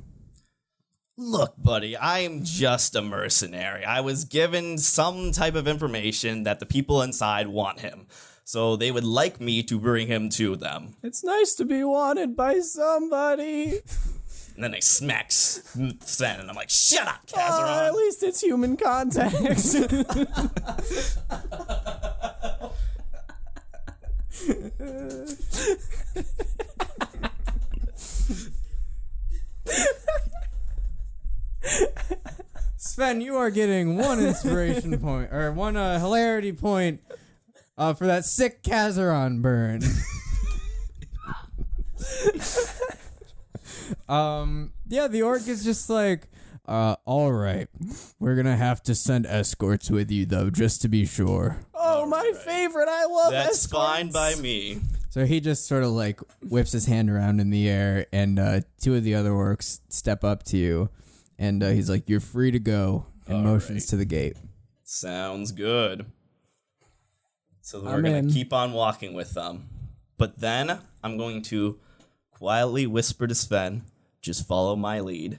[SPEAKER 6] Look, buddy, I'm just a mercenary. I was given some type of information that the people inside want him. So they would like me to bring him to them.
[SPEAKER 3] It's nice to be wanted by somebody.
[SPEAKER 6] And then I smack S- Sven and I'm like, shut up,
[SPEAKER 3] Uh, at
[SPEAKER 6] Kazaron.
[SPEAKER 3] least it's human contact.
[SPEAKER 2] sven you are getting one inspiration point or one uh hilarity point uh for that sick kazaron burn um yeah the orc is just like uh all right we're gonna have to send escorts with you though just to be sure
[SPEAKER 3] oh, my favorite. I love
[SPEAKER 6] That's
[SPEAKER 3] escorts.
[SPEAKER 6] fine by me.
[SPEAKER 2] So he just sort of like whips his hand around in the air, and uh, two of the other orcs step up to you, and uh, he's like, "You're free to go," and motions to the gate.
[SPEAKER 6] Sounds good. So we're
[SPEAKER 3] I'm
[SPEAKER 6] going
[SPEAKER 3] in.
[SPEAKER 6] to keep on walking with them. But then I'm going to quietly whisper to Sven, just follow my lead.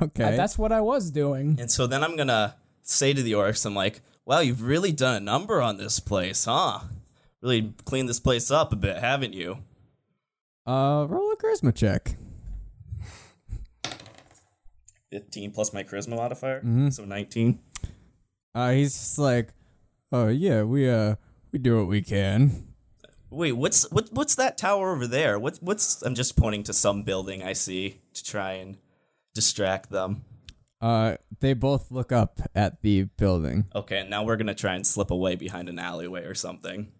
[SPEAKER 2] Okay,
[SPEAKER 3] Uh, That's what I was doing.
[SPEAKER 6] And so then I'm going to say to the orcs, I'm like, wow, you've really done a number on this place, huh? Really cleaned this place up a bit, haven't you?
[SPEAKER 2] uh, roll a charisma check.
[SPEAKER 6] 15 plus my charisma modifier, so 19.
[SPEAKER 2] Uh, he's just like, "Oh yeah, we uh we do what we can."
[SPEAKER 6] Wait, what's what, what's that tower over there? What, what's I'm just pointing to some building I see to try and distract them.
[SPEAKER 2] Uh, they both look up at the building.
[SPEAKER 6] Okay, and now we're gonna try and slip away behind an alleyway or something.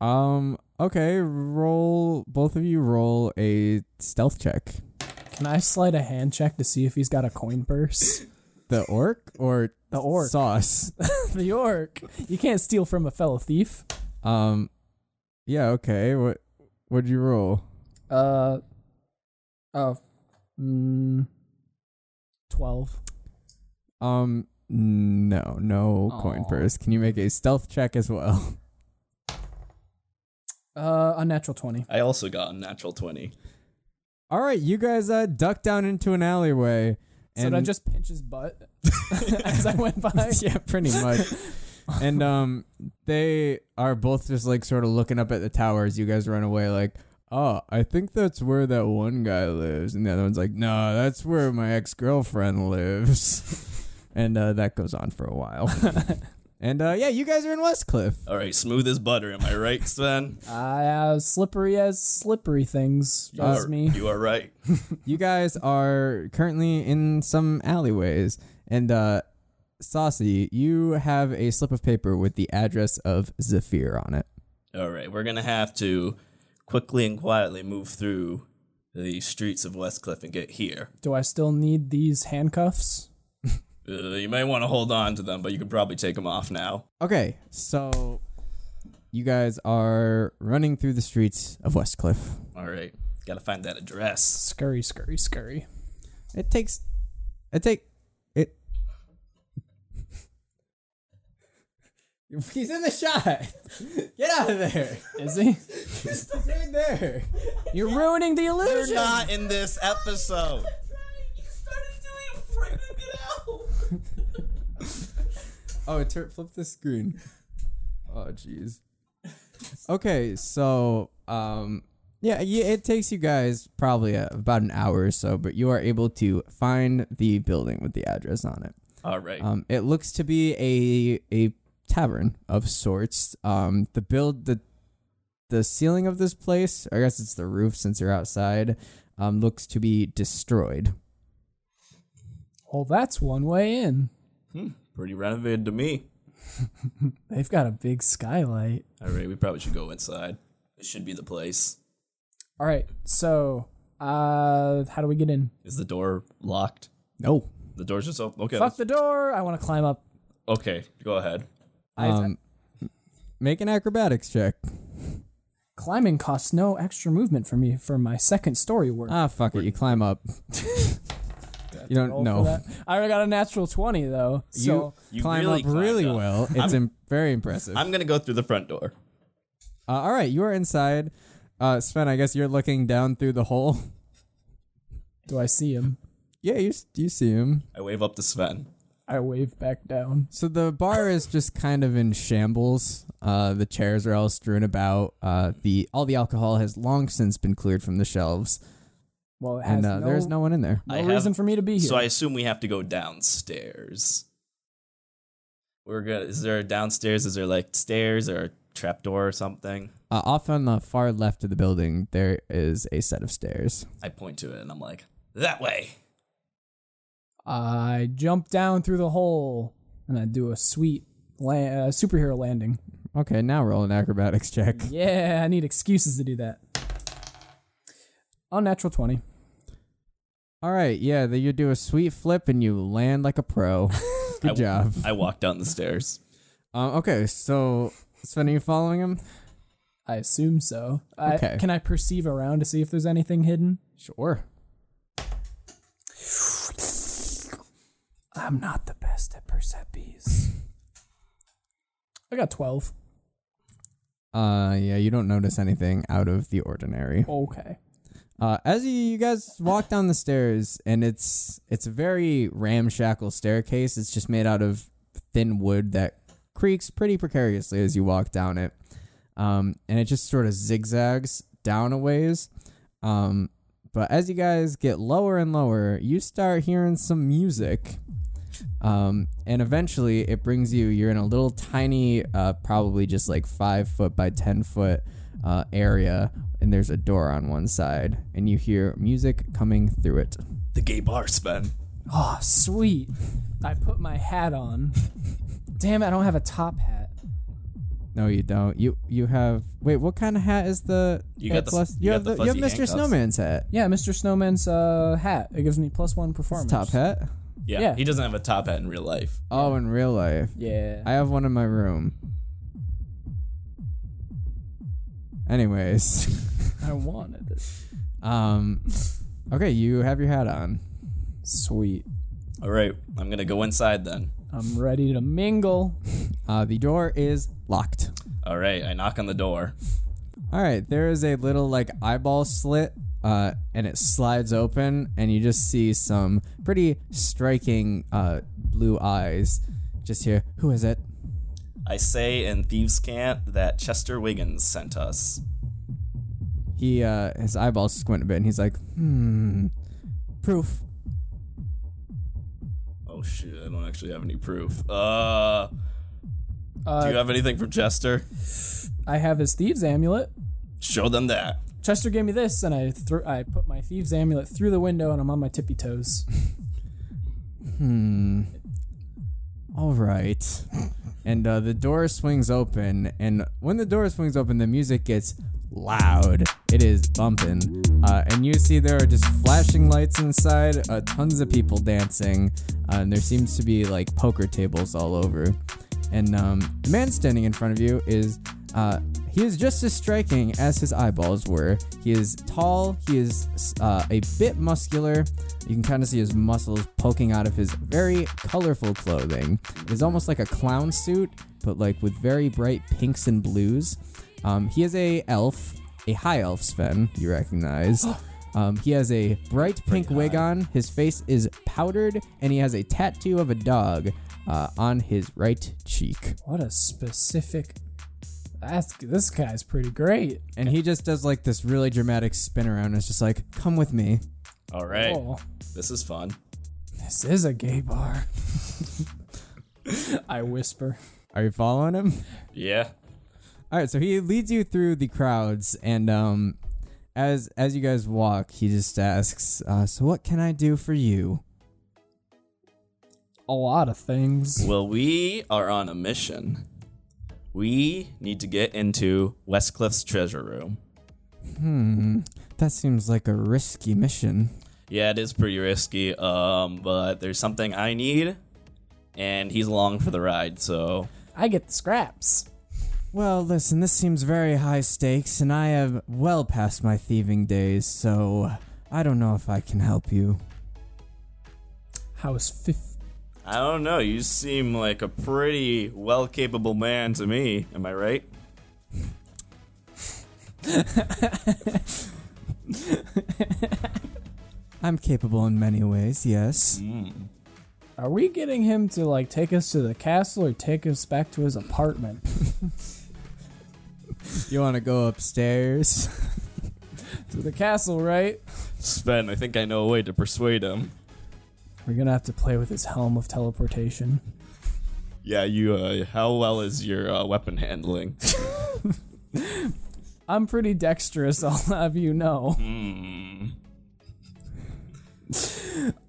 [SPEAKER 2] Um, okay, roll both of you roll a stealth check.
[SPEAKER 3] Can I slide a hand check to see if he's got a coin purse?
[SPEAKER 2] The orc or
[SPEAKER 3] The orc.
[SPEAKER 2] sauce.
[SPEAKER 3] the York. You can't steal from a fellow thief.
[SPEAKER 2] Um, yeah, okay. What what'd you roll?
[SPEAKER 3] Uh. Oh. Mm, 12.
[SPEAKER 2] Um, no, no coin purse. Can you make a stealth check as well?
[SPEAKER 3] Uh, unnatural 20.
[SPEAKER 6] I also got a natural twenty.
[SPEAKER 2] All right, you guys uh, duck down into an alleyway.
[SPEAKER 3] So
[SPEAKER 2] And
[SPEAKER 3] did I just pinch his butt as I went by?
[SPEAKER 2] yeah, pretty much. and um, they are both just like sort of looking up at the towers. You guys run away like. Oh, I think that's where that one guy lives, and the other one's like, "No, that's where my ex girlfriend lives," and uh, that goes on for a while. and uh, yeah, you guys are in Westcliff.
[SPEAKER 6] All right, smooth as butter. Am I right, Sven?
[SPEAKER 3] I uh, slippery as slippery things.
[SPEAKER 6] You
[SPEAKER 3] That's
[SPEAKER 6] are-
[SPEAKER 3] me.
[SPEAKER 6] You are right.
[SPEAKER 2] you guys are currently in some alleyways and uh saucy you have a slip of paper with the address of zephyr on it
[SPEAKER 6] All right, we're gonna have to quickly and quietly move through the streets of Westcliff and get here.
[SPEAKER 3] Do I still need these handcuffs?
[SPEAKER 6] Uh, you may want to hold on to them, but you could probably take them off now.
[SPEAKER 2] Okay, so you guys are running through the streets of Westcliff.
[SPEAKER 6] All right, gotta find that address.
[SPEAKER 3] Scurry, scurry, scurry.
[SPEAKER 2] It takes. It take. It. He's in the shot. Get out of there.
[SPEAKER 3] Is he?
[SPEAKER 2] He's right there.
[SPEAKER 3] You're ruining the
[SPEAKER 6] You're
[SPEAKER 3] illusion.
[SPEAKER 6] not in this episode.
[SPEAKER 2] Oh, it tur- flipped the screen. Oh, jeez. Okay, so um, yeah, yeah, it takes you guys probably uh about an hour or so, but you are able to find the building with the address on it.
[SPEAKER 6] All right.
[SPEAKER 2] Um, it looks to be a a tavern of sorts. Um, the build the the ceiling of this place, I guess it's the roof since you're outside, um, looks to be destroyed.
[SPEAKER 3] Well, that's one way in.
[SPEAKER 6] Pretty renovated to me.
[SPEAKER 3] They've got a big skylight.
[SPEAKER 6] All right, we probably should go inside. This should be the place.
[SPEAKER 3] All right, so uh, how do we get in?
[SPEAKER 6] Is the door locked?
[SPEAKER 2] No.
[SPEAKER 6] The door's just open. Okay.
[SPEAKER 3] Fuck the door. I want to climb up.
[SPEAKER 6] let's- Okay, go ahead.
[SPEAKER 2] Um, make an acrobatics check.
[SPEAKER 3] Climbing costs no extra movement for me for my second story work.
[SPEAKER 2] Ah, fuck it. You climb up. you don't
[SPEAKER 3] Roll for
[SPEAKER 2] know.
[SPEAKER 3] that. I already got a natural twenty though. So
[SPEAKER 2] you
[SPEAKER 6] You
[SPEAKER 2] climb
[SPEAKER 6] really
[SPEAKER 2] up really
[SPEAKER 6] climbed up.
[SPEAKER 2] well. It's Im- very impressive.
[SPEAKER 6] I'm gonna go through the front door.
[SPEAKER 2] Uh, all right, you are inside. Uh, Sven, I guess you're looking down through the hole.
[SPEAKER 3] do I see him?
[SPEAKER 2] yeah, you s- you see him.
[SPEAKER 6] I wave up to Sven.
[SPEAKER 3] I wave back down.
[SPEAKER 2] So the bar is just kind of in shambles. Uh, the chairs are all strewn about. Uh, the all the alcohol has long since been cleared from the shelves,
[SPEAKER 3] Well, it has
[SPEAKER 2] and uh,
[SPEAKER 3] no,
[SPEAKER 2] there's no one in there.
[SPEAKER 3] no
[SPEAKER 6] I have-
[SPEAKER 3] reason for me to be here.
[SPEAKER 6] So I assume we have to go downstairs. We're gonna. Is there a downstairs? Is there like stairs or a trapdoor or something?
[SPEAKER 2] Uh, off on the far left of the building, there is a set of stairs.
[SPEAKER 6] I point to it and I'm like, that way.
[SPEAKER 3] I jump down through the hole and I do a sweet la- uh, superhero landing.
[SPEAKER 2] Okay, now roll an acrobatics check.
[SPEAKER 3] Yeah, I need excuses to do that. Unnatural twenty.
[SPEAKER 2] All right, yeah, then you do a sweet flip and you land like a pro. Good
[SPEAKER 6] I-
[SPEAKER 2] job.
[SPEAKER 6] I walk down the stairs.
[SPEAKER 2] Um, okay, so Sven, are you following him?
[SPEAKER 3] I assume so. I,
[SPEAKER 2] Okay.
[SPEAKER 3] Can I perceive around to see if there's anything hidden?
[SPEAKER 2] Sure.
[SPEAKER 3] I'm not the best at percepes. I got 12.
[SPEAKER 2] Uh, yeah, you don't notice anything out of the ordinary.
[SPEAKER 3] Okay.
[SPEAKER 2] Uh, as you, you guys walk down the stairs, and it's it's a very ramshackle staircase. It's just made out of thin wood that creaks pretty precariously as you walk down it, um, and it just sort of zigzags down a ways. Um, but as you guys get lower and lower, you start hearing some music, um, and eventually it brings you. You're in a little tiny, uh, probably just like five foot by ten foot uh, area, and there's a door on one side, and you hear music coming through it.
[SPEAKER 6] The gay bar, Sven.
[SPEAKER 3] Oh, sweet. I put my hat on. Damn, I don't have a top hat.
[SPEAKER 2] No, you don't. You you have wait. What kind of hat is the?
[SPEAKER 6] You got the-
[SPEAKER 2] plus-
[SPEAKER 6] you got
[SPEAKER 2] have
[SPEAKER 6] the
[SPEAKER 2] you have Mr.
[SPEAKER 6] fuzzy handcuffs.
[SPEAKER 2] Snowman's hat.
[SPEAKER 3] Yeah, Mr. Snowman's uh, hat. It gives me plus one performance.
[SPEAKER 2] Top hat.
[SPEAKER 6] Yeah,
[SPEAKER 3] Yeah.
[SPEAKER 6] He doesn't have a top hat in real life.
[SPEAKER 2] Oh, in real life.
[SPEAKER 3] Yeah.
[SPEAKER 2] I have one in my room. Anyways,
[SPEAKER 3] I wanted this.
[SPEAKER 2] um, okay, you have your hat on.
[SPEAKER 3] Sweet.
[SPEAKER 6] All right, I'm gonna go inside then.
[SPEAKER 3] I'm ready to mingle.
[SPEAKER 2] Uh, the door is locked.
[SPEAKER 6] All right, I knock on the door.
[SPEAKER 2] All right, there is a little like eyeball slit, uh, and it slides open, and you just see some pretty striking uh, blue eyes. Just here, who is it?
[SPEAKER 6] I say in Thieves' Cant that Chester Wiggins sent us.
[SPEAKER 2] He uh, his eyeballs squint a bit, and he's like, hmm, proof.
[SPEAKER 6] Oh shit, I don't actually have any proof. Uh, do
[SPEAKER 3] Uh,
[SPEAKER 6] you have anything from Chester?
[SPEAKER 3] I have his thieves amulet.
[SPEAKER 6] Show them that.
[SPEAKER 3] Chester gave me this, and I threw. I put my thieves amulet through the window, and I'm on my tippy toes.
[SPEAKER 2] All right. And uh, the door swings open, and when the door swings open, the music gets loud. It is bumping. Uh, and you see there are just flashing lights inside, uh, tons of people dancing, uh, and there seems to be like poker tables all over. And um, the man standing in front of you is. Uh, he is just as striking as his eyeballs were. He is tall. He is uh, a bit muscular. You can kind of see his muscles poking out of his very colorful clothing. It is almost like a clown suit, but like with very bright pinks and blues. Um, he is a elf, a high elf Sven. You recognize. Um, he has a bright pink wig on. His face is powdered, and he has a tattoo of a dog uh, on his right cheek.
[SPEAKER 3] What a specific. That's this guy's pretty great.
[SPEAKER 2] And he just does like this really dramatic spin around. It's just like, come with me.
[SPEAKER 6] All right.
[SPEAKER 3] Oh,
[SPEAKER 6] This is fun.
[SPEAKER 3] this is a gay bar. I whisper.
[SPEAKER 2] Are you following him?
[SPEAKER 6] Yeah.
[SPEAKER 2] All right, so he leads you through the crowds, and um, as as you guys walk, he just asks, uh, "So what can I do for you?"
[SPEAKER 3] A lot of things.
[SPEAKER 6] Well, we are on a mission. We need to get into Westcliff's treasure room.
[SPEAKER 2] Mm-hmm. That seems like a risky mission.
[SPEAKER 6] Yeah, it is pretty risky, um, but there's something I need, and he's along for the ride, so.
[SPEAKER 3] I get the scraps.
[SPEAKER 2] Well, listen, this seems very high stakes, and I am well past my thieving days, so I don't know if I can help you.
[SPEAKER 3] House fifth.
[SPEAKER 6] I don't know, you seem like a pretty well capable man to me. Am I right?
[SPEAKER 2] I'm capable in many ways, yes.
[SPEAKER 3] Are we getting him to like take us to the castle or take us back to his apartment?
[SPEAKER 2] You want to go upstairs?
[SPEAKER 3] to the castle, right?
[SPEAKER 6] Sven, I think I know a way to persuade him.
[SPEAKER 3] We're gonna have to play with his helm of teleportation.
[SPEAKER 6] Yeah, you, uh, how well is your uh, weapon handling?
[SPEAKER 3] I'm pretty dexterous, I'll have you know.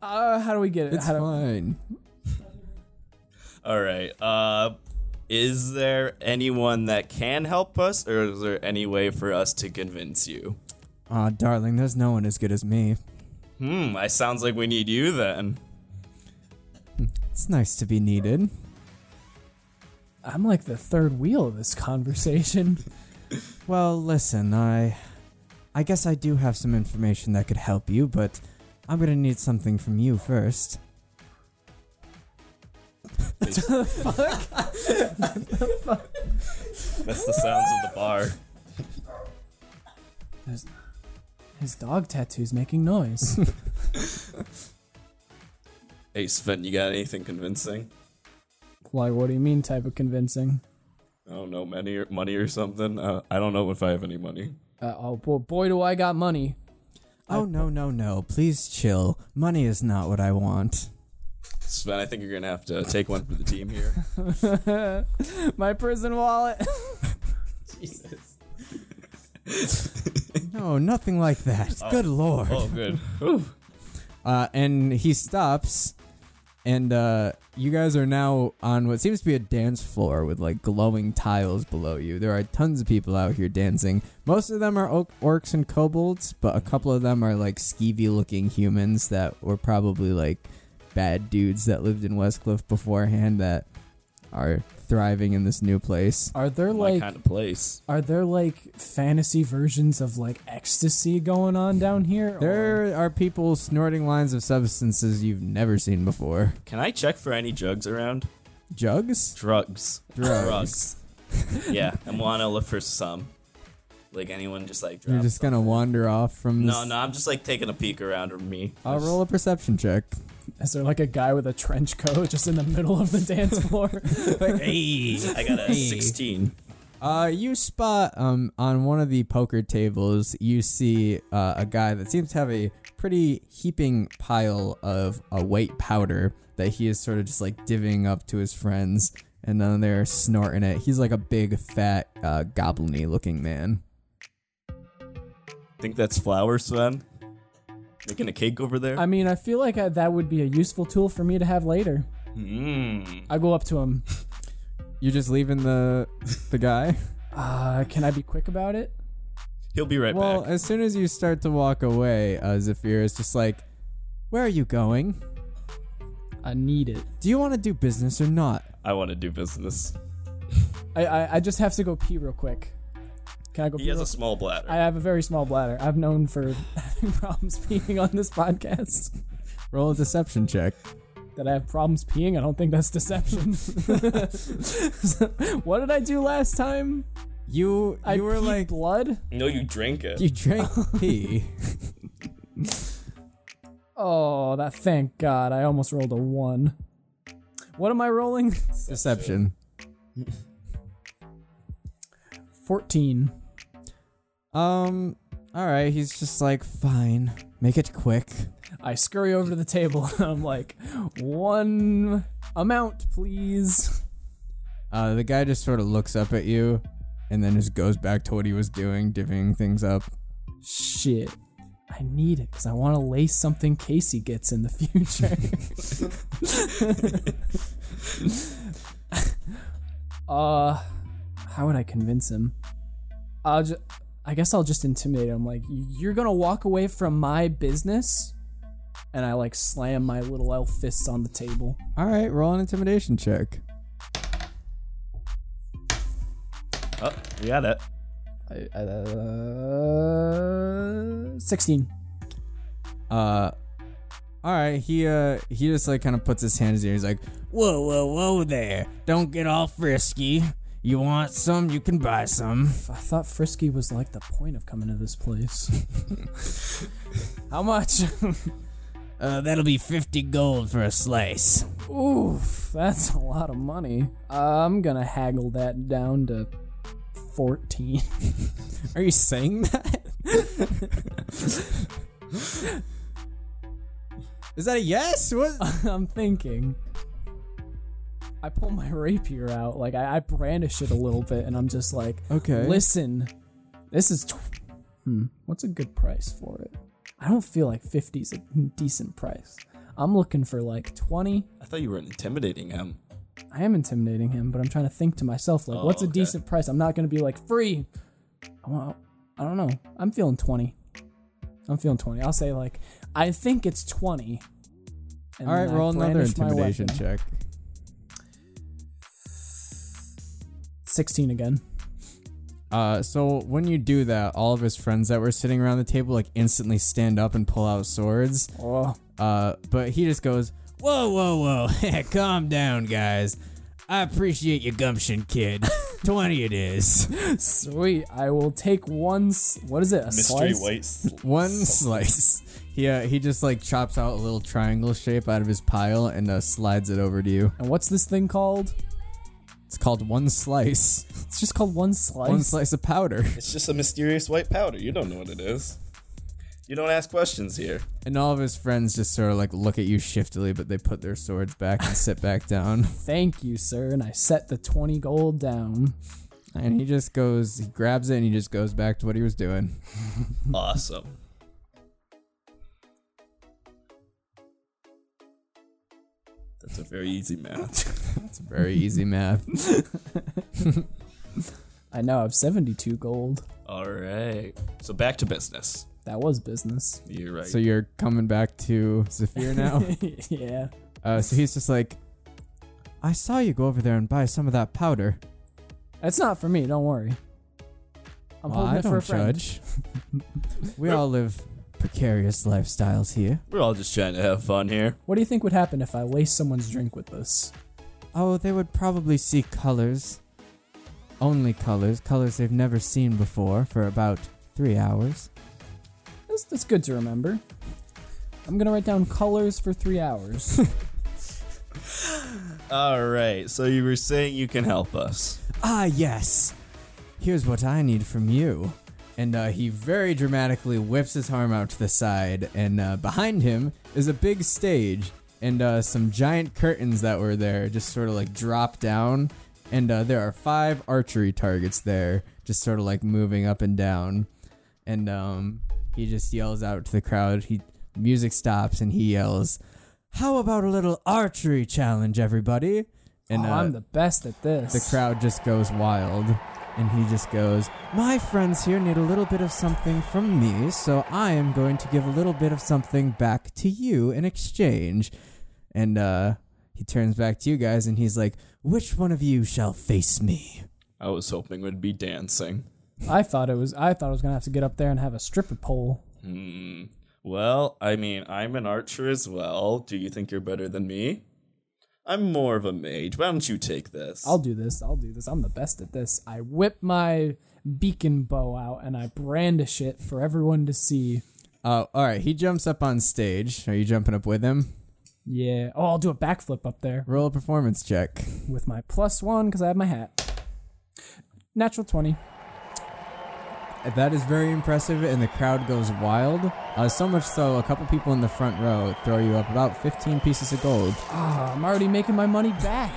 [SPEAKER 3] Uh, how do we get it?
[SPEAKER 2] It's
[SPEAKER 3] how do,
[SPEAKER 2] fine.
[SPEAKER 6] All right, uh, is there anyone that can help us, or is there any way for us to convince you?
[SPEAKER 2] Aw, darling, there's no one as good as me.
[SPEAKER 6] Hmm, I sounds like we need you then.
[SPEAKER 2] It's nice to be needed.
[SPEAKER 3] I'm like the third wheel of this conversation.
[SPEAKER 2] Well, listen, I I guess I do have some information that could help you, but I'm going to need something from you first.
[SPEAKER 6] That's the sounds of the bar.
[SPEAKER 3] His, his dog tattoo's making noise.
[SPEAKER 6] Hey Sven, you got anything convincing?
[SPEAKER 3] like, what do you mean, type of convincing?
[SPEAKER 6] I don't know, money or, money or something. Uh, I don't know if I have any money.
[SPEAKER 3] Uh, oh, boy, boy, do I got money.
[SPEAKER 2] Oh, no, no, no. Please chill. Money is not what I want.
[SPEAKER 6] Sven, I think you're gonna have to take one for the team here.
[SPEAKER 3] My prison wallet.
[SPEAKER 2] No, nothing like that. Good lord.
[SPEAKER 6] oh, good.
[SPEAKER 2] Uh, and he stops, and uh, you guys are now on what seems to be a dance floor with like glowing tiles below you. There are tons of people out here dancing. Most of them are o- orcs and kobolds, but a couple of them are like skeevy looking humans that were probably like bad dudes that lived in Westcliff beforehand that are thriving in this new place.
[SPEAKER 3] Are there
[SPEAKER 6] My
[SPEAKER 3] like
[SPEAKER 6] kind of place.
[SPEAKER 3] are there like fantasy versions of like ecstasy going on down here? or-
[SPEAKER 2] There are people snorting lines of substances you've never seen before.
[SPEAKER 6] Can I check for any drugs around?
[SPEAKER 2] Jugs?
[SPEAKER 6] Drugs.
[SPEAKER 2] Drugs.
[SPEAKER 6] Drugs. yeah, I wanna look for some. Like anyone just like
[SPEAKER 2] You're
[SPEAKER 6] drop
[SPEAKER 2] just gonna wander off from this.
[SPEAKER 6] No, no, I'm just like taking a peek around me.
[SPEAKER 2] I'll roll a perception check.
[SPEAKER 3] Is there like a guy with a trench coat just in the middle of the dance floor?
[SPEAKER 6] Hey, I got a 16.
[SPEAKER 2] Uh, you spot um on one of the poker tables, you see uh, a guy that seems to have a pretty heaping pile of a white powder that he is sort of just like divvying up to his friends, and then they're snorting it. He's like a big fat uh, goblin-y looking man.
[SPEAKER 6] Think that's flour, Sven? Making a cake over there?
[SPEAKER 3] I mean, I feel like I, that would be a useful tool for me to have later.
[SPEAKER 6] Mm.
[SPEAKER 3] I go up to him.
[SPEAKER 2] You're just leaving the the guy.
[SPEAKER 3] Uh, can I be quick about it?
[SPEAKER 6] He'll be right
[SPEAKER 2] well,
[SPEAKER 6] back.
[SPEAKER 2] as soon as you start to walk away, uh, Zafir is just like, "Where are you going?
[SPEAKER 3] I need it.
[SPEAKER 2] Do you want to do business or not?"
[SPEAKER 6] I want to do business.
[SPEAKER 3] I, I I just have to go pee real quick. Can I go?
[SPEAKER 6] He
[SPEAKER 3] pee
[SPEAKER 6] has
[SPEAKER 3] real
[SPEAKER 6] a small bladder.
[SPEAKER 3] I have a very small bladder. I've known for having problems peeing on this podcast.
[SPEAKER 2] Roll a deception check.
[SPEAKER 3] That I have problems peeing. I don't think that's deception. what did I do last time?
[SPEAKER 2] You you
[SPEAKER 3] I
[SPEAKER 2] were
[SPEAKER 3] peed
[SPEAKER 2] like
[SPEAKER 3] blood.
[SPEAKER 6] no, you drink it.
[SPEAKER 2] you drank pee.
[SPEAKER 3] Oh, that! Thank God, I almost rolled a one. What am I rolling?
[SPEAKER 2] deception.
[SPEAKER 3] Fourteen.
[SPEAKER 2] Um. All right. He's just like, "Fine, make it quick."
[SPEAKER 3] I scurry over to the table. And I'm like, one amount, please.
[SPEAKER 2] Uh, the guy just sort of looks up at you, and then just goes back to what he was doing, divvying things up.
[SPEAKER 3] Shit. I need it because I want to lace something Casey gets in the future. uh, how would I convince him? I'll ju- I guess I'll just intimidate him. Like, you're gonna walk away from my business, and I like slam my little elf fists on the table.
[SPEAKER 2] All right. Roll an intimidation check.
[SPEAKER 6] Oh, we got it.
[SPEAKER 3] I, I, uh, Sixteen.
[SPEAKER 2] uh all right he uh he just like kind of puts his hands in he's like whoa whoa whoa there don't get all frisky you want some you can buy some
[SPEAKER 3] I thought Frisky was like the point of coming to this place. How much?
[SPEAKER 2] uh that'll be 50 gold for a slice
[SPEAKER 3] Oof, that's a lot of money. I'm gonna haggle that down to 14.
[SPEAKER 2] are you saying that is that a yes what
[SPEAKER 3] I'm thinking. I pull my rapier out, like I, I brandish it a little bit, and I'm just like,
[SPEAKER 2] Okay.
[SPEAKER 3] listen, this is. Tw- hmm, what's a good price for it? I don't feel like 50 is a decent price. I'm looking for like 20.
[SPEAKER 6] I thought you were intimidating him.
[SPEAKER 3] I am intimidating him, but I'm trying to think to myself like, what's a
[SPEAKER 2] Oh,
[SPEAKER 6] okay.
[SPEAKER 3] decent price? I'm not gonna be like free. I want. I don't know. I'm feeling twenty. I'm feeling twenty. I'll say like, I think it's twenty. And
[SPEAKER 2] all right
[SPEAKER 3] then I
[SPEAKER 2] roll another
[SPEAKER 3] brandish my
[SPEAKER 2] intimidation
[SPEAKER 3] weapon.
[SPEAKER 2] check
[SPEAKER 3] Sixteen again.
[SPEAKER 2] Uh, so when you do that, all of his friends that were sitting around the table like instantly stand up and pull out swords.
[SPEAKER 3] Oh,
[SPEAKER 2] Uh, but he just goes, "Whoa, whoa, whoa! Calm down, guys. I appreciate your gumption, kid. Twenty it is.
[SPEAKER 3] sweet. I will take one. s- What is it? A slice?
[SPEAKER 6] white.
[SPEAKER 2] One slice. He uh, he just like chops out a little triangle shape out of his pile and uh, slides it over to you.
[SPEAKER 3] And what's this thing called?
[SPEAKER 2] It's called one slice.
[SPEAKER 3] It's just called one slice.
[SPEAKER 2] One slice of powder.
[SPEAKER 6] It's just a mysterious white powder. You don't know what it is. You don't ask questions here.
[SPEAKER 2] And all of his friends just sort of like look at you shiftily, but they put their swords back and sit back down.
[SPEAKER 3] Thank you, sir. And I set the twenty gold down.
[SPEAKER 2] And he just goes, he grabs it and he just goes back to what he was doing.
[SPEAKER 6] Awesome. That's a very easy math.
[SPEAKER 2] It's very easy math.
[SPEAKER 3] I now have seventy-two gold.
[SPEAKER 6] All right. So back to business.
[SPEAKER 3] That was business.
[SPEAKER 6] You're right.
[SPEAKER 2] So you're coming back to Zafir now.
[SPEAKER 3] yeah.
[SPEAKER 2] uh, so he's just like, I saw you go over there and buy some of that powder.
[SPEAKER 3] It's not for me. Don't worry. I'm
[SPEAKER 2] Well,
[SPEAKER 3] holding
[SPEAKER 2] I
[SPEAKER 3] it for a
[SPEAKER 2] don't
[SPEAKER 3] friend.
[SPEAKER 2] judge. we all live precarious lifestyles here.
[SPEAKER 6] We're all just trying to have fun here.
[SPEAKER 3] What do you think would happen if I lace someone's drink with this?
[SPEAKER 2] Oh, they would probably see colors. Only colors. Colors they've never seen before for about three hours.
[SPEAKER 3] That's, that's good to remember. I'm gonna write down colors for three hours.
[SPEAKER 6] All right. So you were saying you can help us.
[SPEAKER 2] Ah, yes. Here's what I need from you. And uh, he very dramatically whips his arm out to the side, and uh, behind him is a big stage and uh, some giant curtains that were there just sort of like drop down. And uh, there are five archery targets there, just sort of like moving up and down. And um, he just yells out to the crowd. He music stops, and he yells, "How about a little archery challenge, everybody?"
[SPEAKER 3] oh,
[SPEAKER 2] And uh,
[SPEAKER 3] I'm the best at this.
[SPEAKER 2] the crowd just goes wild. And he just goes, My friends here need a little bit of something from me, so I am going to give a little bit of something back to you in exchange. And uh, he turns back to you guys and he's like, Which one of you shall face me?
[SPEAKER 6] I was hoping would be dancing.
[SPEAKER 3] I thought it was. I thought I was gonna have to get up there and have a stripper pole.
[SPEAKER 6] Hmm. Well, I mean, I'm an archer as well. Do you think you're better than me? I'm more of a mage. Why don't you take this?
[SPEAKER 3] I'll do this. I'll do this. I'm the best at this. I whip my beacon bow out and I brandish it for everyone to see.
[SPEAKER 2] Uh, all right, he jumps up on stage. Are you jumping up with him?
[SPEAKER 3] Yeah. Oh, I'll do a backflip up there
[SPEAKER 2] Roll a performance check.
[SPEAKER 3] with my plus one because I have my hat. Natural twenty.
[SPEAKER 2] That is very impressive, and the crowd goes wild. Uh, so much so, a couple people in the front row throw you up about 15 pieces of gold.
[SPEAKER 3] Ah, I'm already making my money back.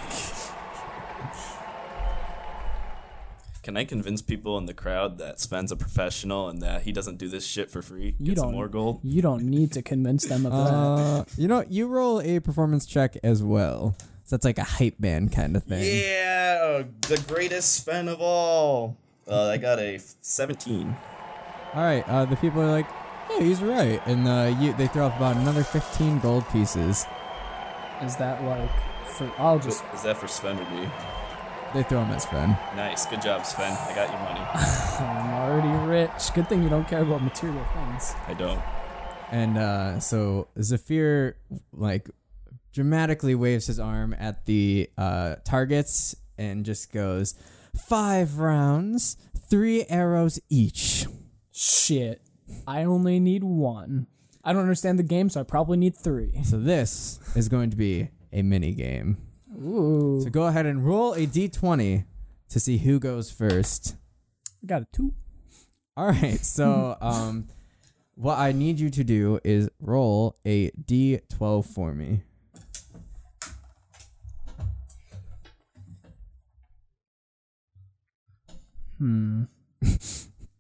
[SPEAKER 6] Can I convince people in the crowd that Sven's a professional and that he doesn't do this shit for free?
[SPEAKER 3] You
[SPEAKER 6] Get
[SPEAKER 3] don't.
[SPEAKER 6] some more gold.
[SPEAKER 3] You don't need to convince them of
[SPEAKER 2] Uh, you know, you roll a performance check as well. So that's like a hype man kind of thing.
[SPEAKER 6] Yeah, uh, the greatest Sven of all. Uh, I got a 17.
[SPEAKER 2] All right, uh, the people are like, "Hey, he's right," and uh, you, they throw up about another 15 gold pieces.
[SPEAKER 3] that. Is that like? For, I'll just.
[SPEAKER 6] Is that for Sven or me?
[SPEAKER 2] They throw him at Sven.
[SPEAKER 6] Nice. Good job, Sven. I got your money.
[SPEAKER 3] I'm already rich. Good thing you don't care about material things.
[SPEAKER 6] I don't.
[SPEAKER 2] And uh, so Zephyr like dramatically waves his arm at the uh, targets and just goes five rounds, three arrows each.
[SPEAKER 3] Shit. I only need one. I don't understand the game, so I probably need three.
[SPEAKER 2] So this is going to be a mini game.
[SPEAKER 3] Ooh.
[SPEAKER 2] So go ahead and roll a d20 to see who goes first.
[SPEAKER 3] I got a two.
[SPEAKER 2] All right. So um, what I need you to do is roll a d12 for me.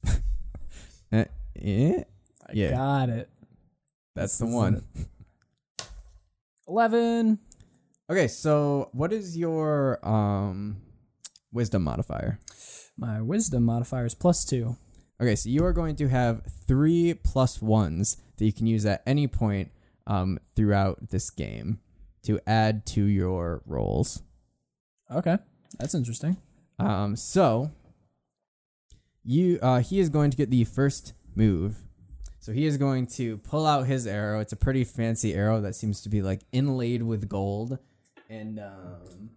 [SPEAKER 2] Hmm. uh, eh? Yeah,
[SPEAKER 3] Got it.
[SPEAKER 2] that's the one.
[SPEAKER 3] Eleven.
[SPEAKER 2] Okay, so what is your um wisdom modifier?
[SPEAKER 3] My wisdom modifier is plus two.
[SPEAKER 2] Okay, so you are going to have three plus ones that you can use at any point um, throughout this game to add to your rolls.
[SPEAKER 3] Okay. That's interesting.
[SPEAKER 2] Um, so you uh, he is going to get the first move. So he is going to pull out his arrow. It's a pretty fancy arrow that seems to be like inlaid with gold, and um,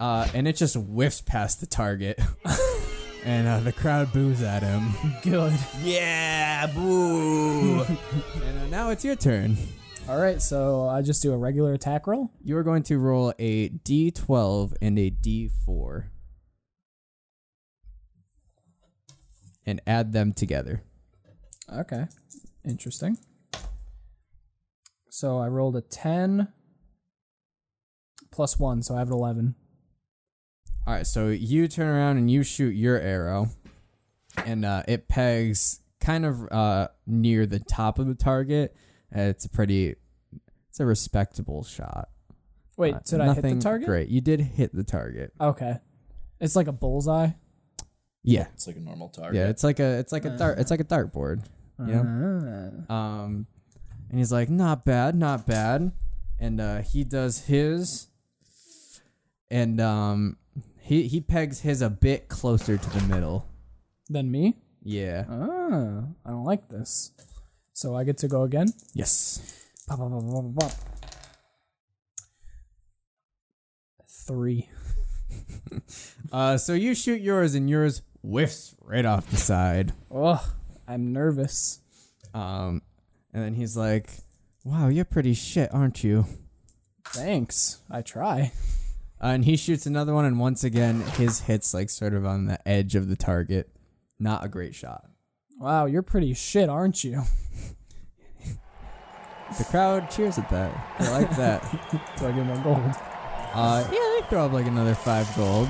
[SPEAKER 2] uh, and it just whiffs past the target, and uh, the crowd boos at him.
[SPEAKER 3] Good.
[SPEAKER 6] Yeah, boo.
[SPEAKER 2] And uh, now it's your turn.
[SPEAKER 3] All right, so I just do a regular attack roll.
[SPEAKER 2] You are going to roll a d12 and a d4 and add them together.
[SPEAKER 3] Okay. Interesting. So I rolled a 10 plus 1, so I have an 11.
[SPEAKER 2] All right, so you turn around and you shoot your arrow, and uh, it pegs kind of uh, near the top of the target. Uh, It's a pretty, it's a respectable shot.
[SPEAKER 3] Wait,
[SPEAKER 2] Uh,
[SPEAKER 3] did I hit the
[SPEAKER 2] nothing
[SPEAKER 3] target?
[SPEAKER 2] Great, you did hit the target.
[SPEAKER 3] Okay. It's like a bullseye.
[SPEAKER 2] Yeah,
[SPEAKER 6] It's like a normal target.
[SPEAKER 2] yeah. It's like a, it's like a dart, it's like a dartboard. Yeah. Um, and he's like, not bad, not bad. And uh, he does his, and um, he he pegs his a bit closer to the middle.
[SPEAKER 3] Then me?
[SPEAKER 2] Yeah.
[SPEAKER 3] Ah, I don't like this. So I get to go again.
[SPEAKER 2] Yes.
[SPEAKER 3] Pop, pop, pop, pop, pop, pop. Three.
[SPEAKER 2] Uh, so you shoot yours, and yours whiffs right off the side.
[SPEAKER 3] Ugh, I'm nervous.
[SPEAKER 2] Um, and then he's like, "Wow, you're pretty shit, aren't you?"
[SPEAKER 3] Thanks. I try.
[SPEAKER 2] Uh, and he shoots another one, and once again, his hits like sort of on the edge of the target. Not a great shot.
[SPEAKER 3] Wow, you're pretty shit, aren't you?
[SPEAKER 2] The crowd cheers at that. They like that.
[SPEAKER 3] Do I get more gold?
[SPEAKER 2] Uh, yeah, they throw up like another five gold.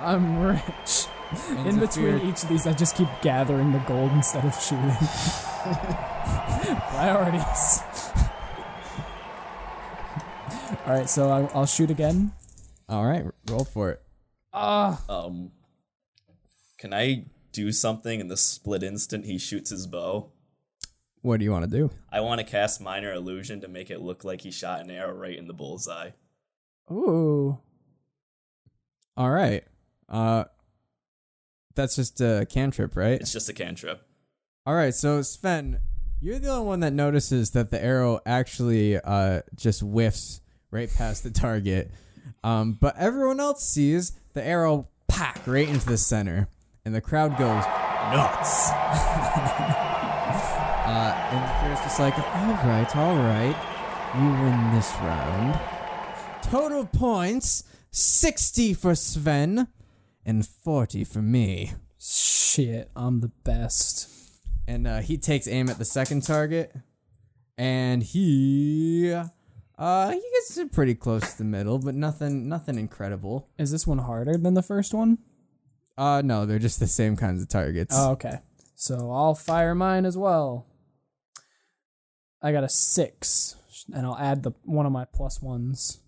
[SPEAKER 3] I'm rich.
[SPEAKER 2] And
[SPEAKER 3] In between
[SPEAKER 2] Zephyr-
[SPEAKER 3] each of these, I just keep gathering the gold instead of shooting. Priorities. All right, so I, I'll shoot again.
[SPEAKER 2] All right, roll for it.
[SPEAKER 6] Um, can I do something in the split instant he shoots his bow?
[SPEAKER 2] What do you want to do?
[SPEAKER 6] I want to cast minor illusion to make it look like he shot an arrow right in the bullseye.
[SPEAKER 3] Ooh.
[SPEAKER 2] All right. Uh, that's just a cantrip, right?
[SPEAKER 6] It's just a cantrip.
[SPEAKER 2] All right, so Sven, you're the only one that notices that the arrow actually uh, just whiffs right past the target. Um, but everyone else sees the arrow pack right into the center, and the crowd goes nuts. uh, and the just like, all right, all right, you win this round. Total points 60 for Sven and 40 for me.
[SPEAKER 3] Shit, I'm the best.
[SPEAKER 2] And uh, he takes aim at the second target, and he uh, he gets it pretty close to the middle, but nothing nothing incredible.
[SPEAKER 3] Is this one harder than the first one?
[SPEAKER 2] Uh, no, they're just the same kinds of targets.
[SPEAKER 3] Oh, okay. So I'll fire mine as well. I got a six, and I'll add the one of my plus ones.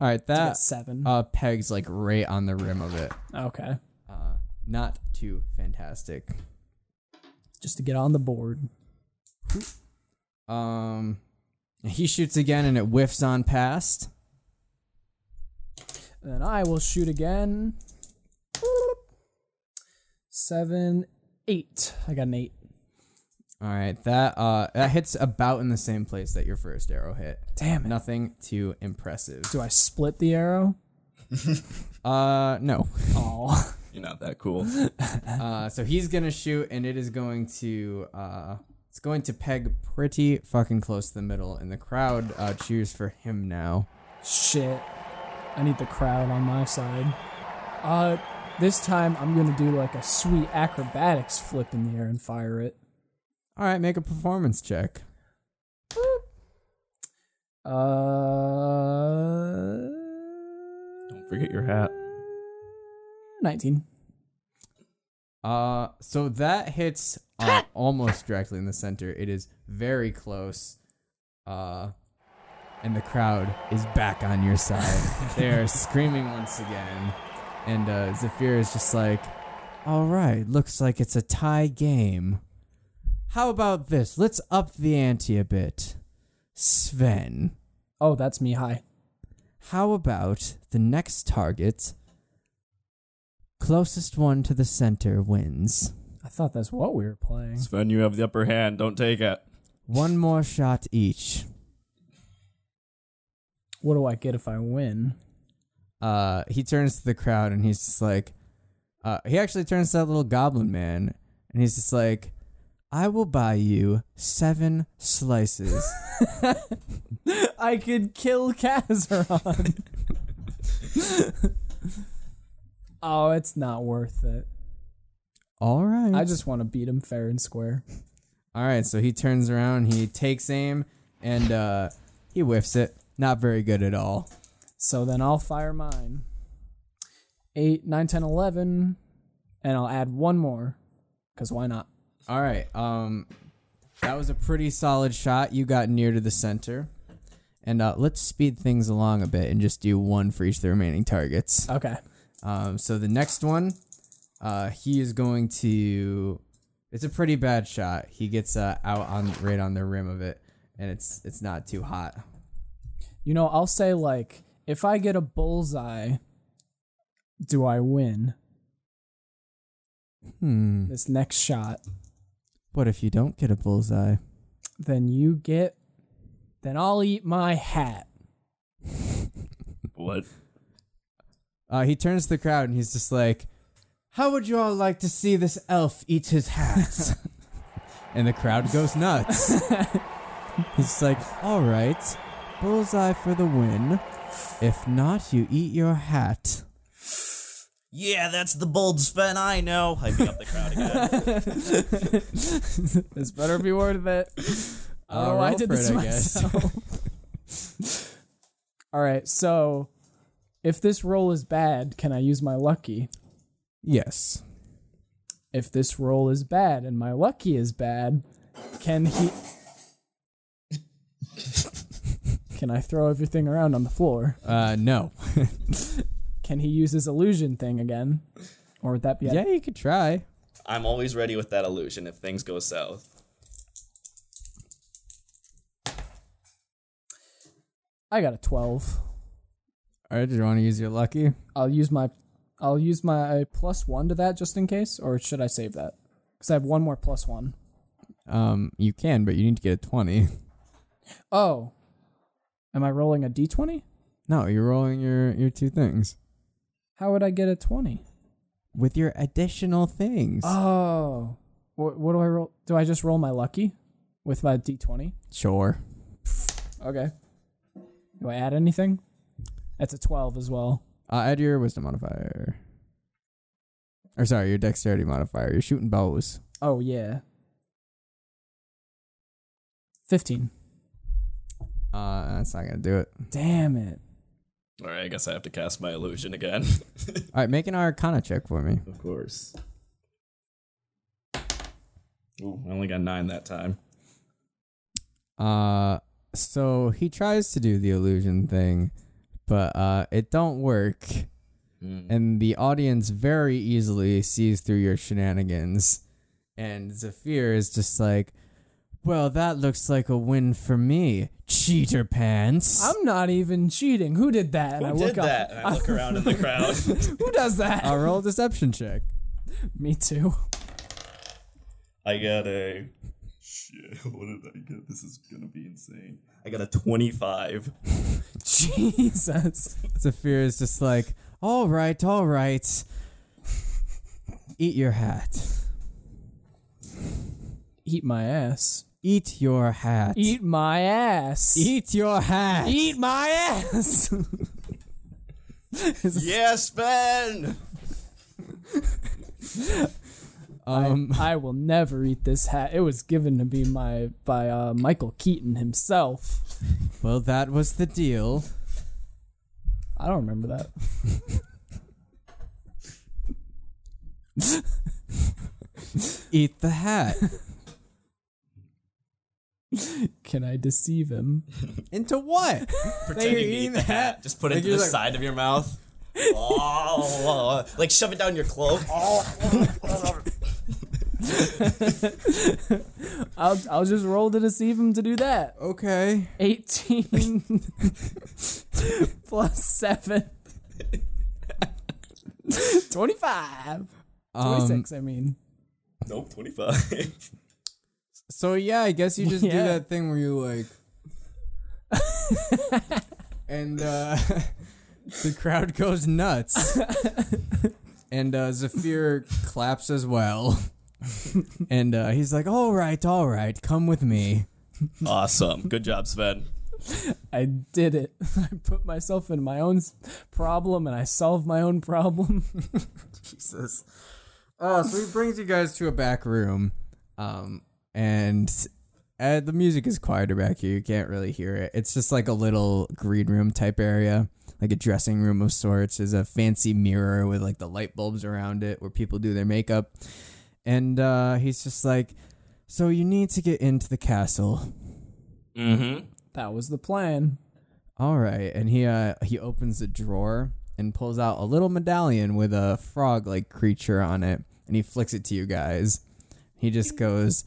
[SPEAKER 2] All right,
[SPEAKER 3] I
[SPEAKER 2] that
[SPEAKER 3] got seven.
[SPEAKER 2] uh pegs like right on the rim of it.
[SPEAKER 3] okay,
[SPEAKER 2] Not too fantastic.
[SPEAKER 3] just to get on the board.
[SPEAKER 2] Um, he shoots again, and it whiffs on past.
[SPEAKER 3] Then I will shoot again. Seven, eight. I got an eight.
[SPEAKER 2] All right, that uh that hits about in the same place that your first arrow hit.
[SPEAKER 3] Damn it.
[SPEAKER 2] Nothing too impressive.
[SPEAKER 3] Do I split the arrow?
[SPEAKER 2] Uh, no.
[SPEAKER 3] Oh,
[SPEAKER 6] You're not that cool.
[SPEAKER 2] Uh, so he's gonna shoot, and it is going to uh, it's going to peg pretty fucking close to the middle, and the crowd uh, cheers for him now.
[SPEAKER 3] shit. I need the crowd on my side. Uh, this time I'm gonna do like a sweet acrobatics flip in the air and fire it.
[SPEAKER 2] All right, make a performance check.
[SPEAKER 3] Uh,
[SPEAKER 6] Don't forget your hat.
[SPEAKER 3] 19.
[SPEAKER 2] Uh, so that hits uh, almost directly in the center. It is very close. Uh, and the crowd is back on your side. they are screaming once again, and uh, Zafir is just like, "All right, looks like it's a tie game. How about this? Let's up the ante a bit, Sven."
[SPEAKER 3] Oh, that's me high.
[SPEAKER 2] How about the next target? Closest one to the center wins.
[SPEAKER 3] I thought that's what we were playing.
[SPEAKER 6] Sven, you have the upper hand. Don't take it.
[SPEAKER 2] One more shot each.
[SPEAKER 3] What do I get if I win?
[SPEAKER 2] Uh, he turns to the crowd and he's just like, uh, he actually turns to that little goblin man and he's just like, I will buy you seven slices.
[SPEAKER 3] I could kill Kazaron. oh, it's not worth it.
[SPEAKER 2] All right.
[SPEAKER 3] I just want to beat him fair and square.
[SPEAKER 2] All right. So he turns around, he takes aim, and uh, he whiffs it. Not very good at all.
[SPEAKER 3] So then I'll fire mine. 8, 9, 10, 11. And I'll add one more. Because why not?
[SPEAKER 2] All right. Um, that was a pretty solid shot. You got near to the center, and uh, let's speed things along a bit and just do one for each of the remaining targets.
[SPEAKER 3] Okay.
[SPEAKER 2] Um, so the next one, uh, he is going to. It's a pretty bad shot. He gets uh, out on right on the rim of it, and it's it's not too hot.
[SPEAKER 3] You know, I'll say, like, if I get a bullseye, do I win
[SPEAKER 2] Hmm.
[SPEAKER 3] this next shot?
[SPEAKER 2] What if you don't get a bullseye?
[SPEAKER 3] Then you get. Then I'll eat my hat.
[SPEAKER 6] What?
[SPEAKER 2] Uh, he turns to the crowd and he's just like, "How would you all like to see this elf eat his hat?" and the crowd goes nuts. he's like, "All right, bullseye for the win. If not, you eat your hat."
[SPEAKER 6] Yeah, that's the bold Sven I know. Hyping up the crowd again.
[SPEAKER 3] This better be worth it.
[SPEAKER 2] Uh,
[SPEAKER 3] oh, I
[SPEAKER 2] roll
[SPEAKER 3] did
[SPEAKER 2] for
[SPEAKER 3] this
[SPEAKER 2] it, I guess.
[SPEAKER 3] myself. All right, so if this roll is bad, can I use my lucky?
[SPEAKER 2] Yes.
[SPEAKER 3] If this roll is bad and my lucky is bad, can he? Can I throw everything around on the floor?
[SPEAKER 2] Uh, no.
[SPEAKER 3] Can he use his illusion thing again? Or would that be
[SPEAKER 2] yeah, you could try.
[SPEAKER 6] I'm always ready with that illusion if things go south.
[SPEAKER 3] I got a 12.
[SPEAKER 2] All right, did you want to use your lucky?
[SPEAKER 3] I'll use my I'll use my plus 1 to that just in case or should I save that? Cuz I have one more plus 1.
[SPEAKER 2] Um, you can, but you need to get a twenty.
[SPEAKER 3] Oh. Am I rolling a d20?
[SPEAKER 2] No, you're rolling your your two things
[SPEAKER 3] How would I get a 20?
[SPEAKER 2] with your additional things.
[SPEAKER 3] Oh. What what do I roll? Do I just roll my lucky with my d20?
[SPEAKER 2] Sure.
[SPEAKER 3] Okay. Do I add anything? That's a 12 as well.
[SPEAKER 2] Uh, add your wisdom modifier. Or sorry, your dexterity modifier. You're shooting bows.
[SPEAKER 3] Oh yeah. 15.
[SPEAKER 2] Uh, that's not gonna do it.
[SPEAKER 3] Damn it.
[SPEAKER 6] All right, I guess I have to cast my illusion again.
[SPEAKER 2] All right, make an Arcana check for me.
[SPEAKER 6] of course. Ooh, Oh, I only got nine that time.
[SPEAKER 2] Uh, so he tries to do the illusion thing, but uh, it don't work,
[SPEAKER 6] Hmm.
[SPEAKER 2] and the audience very easily sees through your shenanigans. And Zafir is just like, "Well, that looks like a win for me, cheater pants."
[SPEAKER 3] I'm not even cheating. Who did that? And
[SPEAKER 6] Who
[SPEAKER 3] I
[SPEAKER 6] did
[SPEAKER 3] look up-
[SPEAKER 6] that? And I look around in the crowd.
[SPEAKER 3] Who does that?
[SPEAKER 2] I'll roll a deception check.
[SPEAKER 3] Me too.
[SPEAKER 6] I got a shit. What did I get? This is gonna be insane. I got a twenty-five.
[SPEAKER 3] Jesus.
[SPEAKER 2] Zafir is just like, "All right, all right, eat your hat."
[SPEAKER 3] Eat my ass.
[SPEAKER 2] Eat your hat.
[SPEAKER 3] Eat my ass.
[SPEAKER 2] Eat your hat.
[SPEAKER 3] Eat my ass.
[SPEAKER 6] yes, Ben.
[SPEAKER 2] Um,
[SPEAKER 3] I will never eat this hat. It was given to me my by uh, Michael Keaton himself.
[SPEAKER 2] well, that was the deal.
[SPEAKER 3] I don't remember that.
[SPEAKER 2] Eat the hat.
[SPEAKER 3] Can I deceive him?
[SPEAKER 2] Into what?
[SPEAKER 6] Pretend
[SPEAKER 2] you're
[SPEAKER 6] you eat
[SPEAKER 2] eating
[SPEAKER 6] the
[SPEAKER 2] the
[SPEAKER 6] hat.
[SPEAKER 2] hat.
[SPEAKER 6] Just put it
[SPEAKER 2] Like
[SPEAKER 6] to
[SPEAKER 2] you're
[SPEAKER 6] the
[SPEAKER 2] like-
[SPEAKER 6] side of your mouth. oh, like shove it down your cloak.
[SPEAKER 3] I'll I'll just roll to deceive him to do that.
[SPEAKER 2] Okay.
[SPEAKER 3] 18 plus 7 25
[SPEAKER 2] Um,
[SPEAKER 3] 26 i mean
[SPEAKER 6] nope, twenty-five.
[SPEAKER 2] so yeah, I guess you just do
[SPEAKER 3] Yeah.
[SPEAKER 2] that thing where you like, and uh, the crowd goes nuts, and uh, Zafir claps as well, and uh, he's like, "All right, all right, come with me."
[SPEAKER 6] awesome. Good job, Sven.
[SPEAKER 3] i did it i put myself in my own s- problem and i solved my own problem
[SPEAKER 2] Jesus. Uh, so he brings you guys to a back room, um, and uh, the music is quieter back here. You can't really hear it. It's just like a little green room type area, like a dressing room of sorts. There's a fancy mirror with like the light bulbs around it where people do their makeup. And uh, he's just like, So you need to get into the castle.
[SPEAKER 6] Mm-hmm.
[SPEAKER 3] that was the plan
[SPEAKER 2] All right, and he uh, he opens the drawer and pulls out a little medallion with a frog-like creature on it, and he flicks it to you guys. He just goes,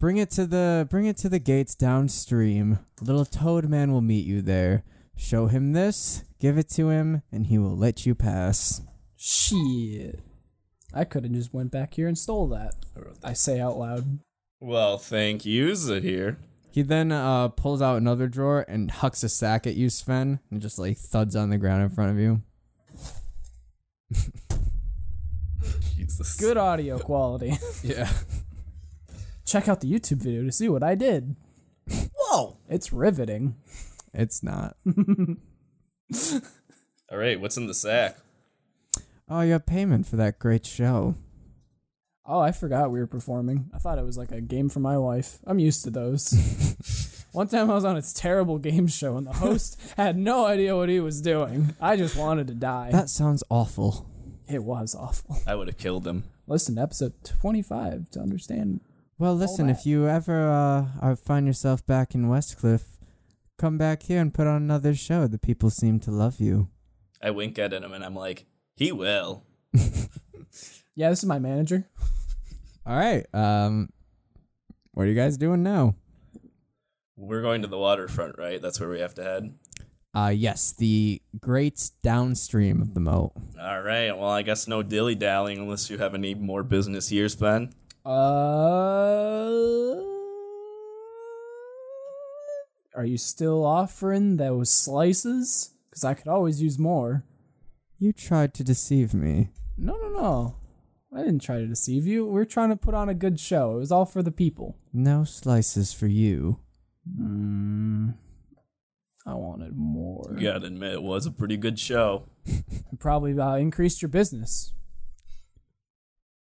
[SPEAKER 2] "Bring it to the bring it to the gates downstream. Little Toad Man will meet you there. Show him this, give it to him, and he will let you pass."
[SPEAKER 3] shit i could have just went back here and stole that i say out loud
[SPEAKER 6] Well, thank you, Zahir.
[SPEAKER 2] He then uh, pulls out another drawer and hucks a sack at you, Sven, and just like thuds on the ground in front of you.
[SPEAKER 6] Jesus.
[SPEAKER 3] good audio quality
[SPEAKER 2] Yeah.
[SPEAKER 3] check out the youtube video to see what i did
[SPEAKER 6] Whoa.
[SPEAKER 3] it's riveting
[SPEAKER 2] It's not.
[SPEAKER 6] All right, what's in the sack?
[SPEAKER 2] Oh, your payment for that great show.
[SPEAKER 3] Oh, I forgot we were performing. I thought it was like a game for my life. I'm used to those. One time I was on its terrible game show and the host had no idea what he was doing. I just wanted to die.
[SPEAKER 2] That sounds awful.
[SPEAKER 3] it was awful.
[SPEAKER 6] I would have killed him.
[SPEAKER 3] Listen to episode 25 to understand.
[SPEAKER 2] Well, listen, if you ever uh, are- find yourself back in Westcliff, come back here and put on another show. The people seem to love you.
[SPEAKER 6] I wink at him and I'm like, he will.
[SPEAKER 3] Yeah, this is my manager.
[SPEAKER 2] All right. Um, what are you guys doing now?
[SPEAKER 6] We're going to the waterfront, right? That's where we have to head.
[SPEAKER 2] Uh, yes, the great downstream of the moat.
[SPEAKER 6] All right. Well, I guess no dilly dallying unless you have any more business years, Ben.
[SPEAKER 3] Uh, are you still offering those slices? Because I could always use more.
[SPEAKER 2] You tried to deceive me.
[SPEAKER 3] No, no, no. I didn't try to deceive you. We're trying to put on a good show. It was all for the people.
[SPEAKER 2] No slices for you.
[SPEAKER 3] I wanted more.
[SPEAKER 6] You gotta admit, it was a pretty good show.
[SPEAKER 3] You probably uh, increased your business.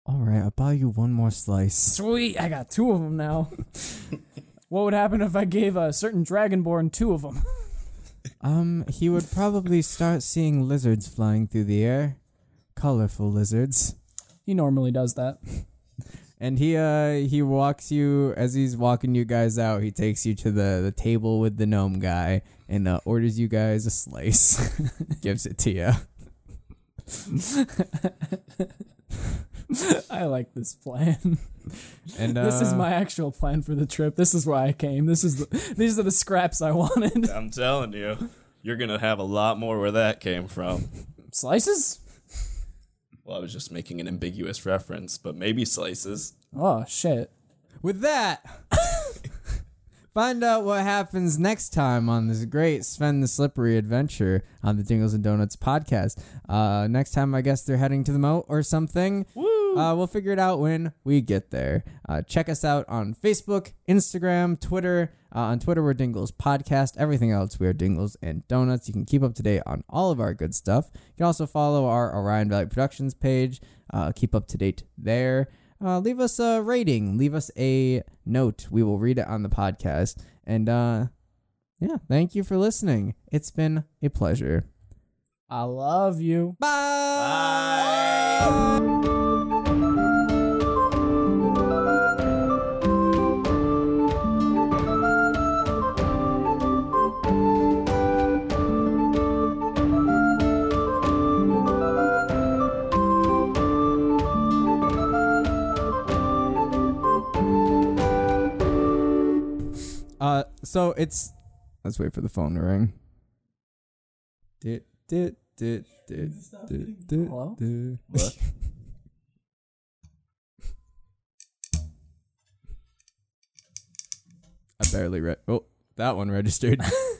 [SPEAKER 2] All right, I'll buy you one more slice.
[SPEAKER 3] Sweet, I got two of them now. what would happen if I gave a certain dragonborn two of them?
[SPEAKER 2] Um, he would probably start seeing lizards flying through the air, colorful lizards.
[SPEAKER 3] he normally does that.
[SPEAKER 2] And he uh he walks you as he's walking you guys out. He takes you to the the table with the gnome guy and uh, orders you guys a slice. Gives it to you.
[SPEAKER 3] I like this plan.
[SPEAKER 2] And uh,
[SPEAKER 3] this is my actual plan for the trip. This is why I came. This is the, these are the scraps I wanted.
[SPEAKER 6] I'm telling you, you're gonna have a lot more where that came from.
[SPEAKER 3] Slices?
[SPEAKER 6] Well, I was just making an ambiguous reference, but maybe slices.
[SPEAKER 3] Oh shit.
[SPEAKER 2] with that. Find out what happens next time on this great Sven the Slippery adventure on the Dingles and Donuts podcast. Uh, next time, I guess they're heading to the moat or something. Woo! Uh, we'll figure it out when we get there. Uh, check us out on Facebook, Instagram, Twitter. Uh, on Twitter, we're Dingles Podcast. Everything else, we are Dingles and Donuts. You can keep up to date on all of our good stuff. You can also follow our Orion Valley Productions page. Uh, keep up to date there. Uh, leave us a rating. Leave us a note. We will read it on the podcast. And uh, yeah, thank you for listening. It's been a pleasure.
[SPEAKER 3] I love you.
[SPEAKER 2] Bye. Uh, so it's. Let's wait for the phone to ring. Dit, dit, dit, dit, dit, dit,
[SPEAKER 3] Hello?
[SPEAKER 2] dit. I barely read. Oh, that one registered.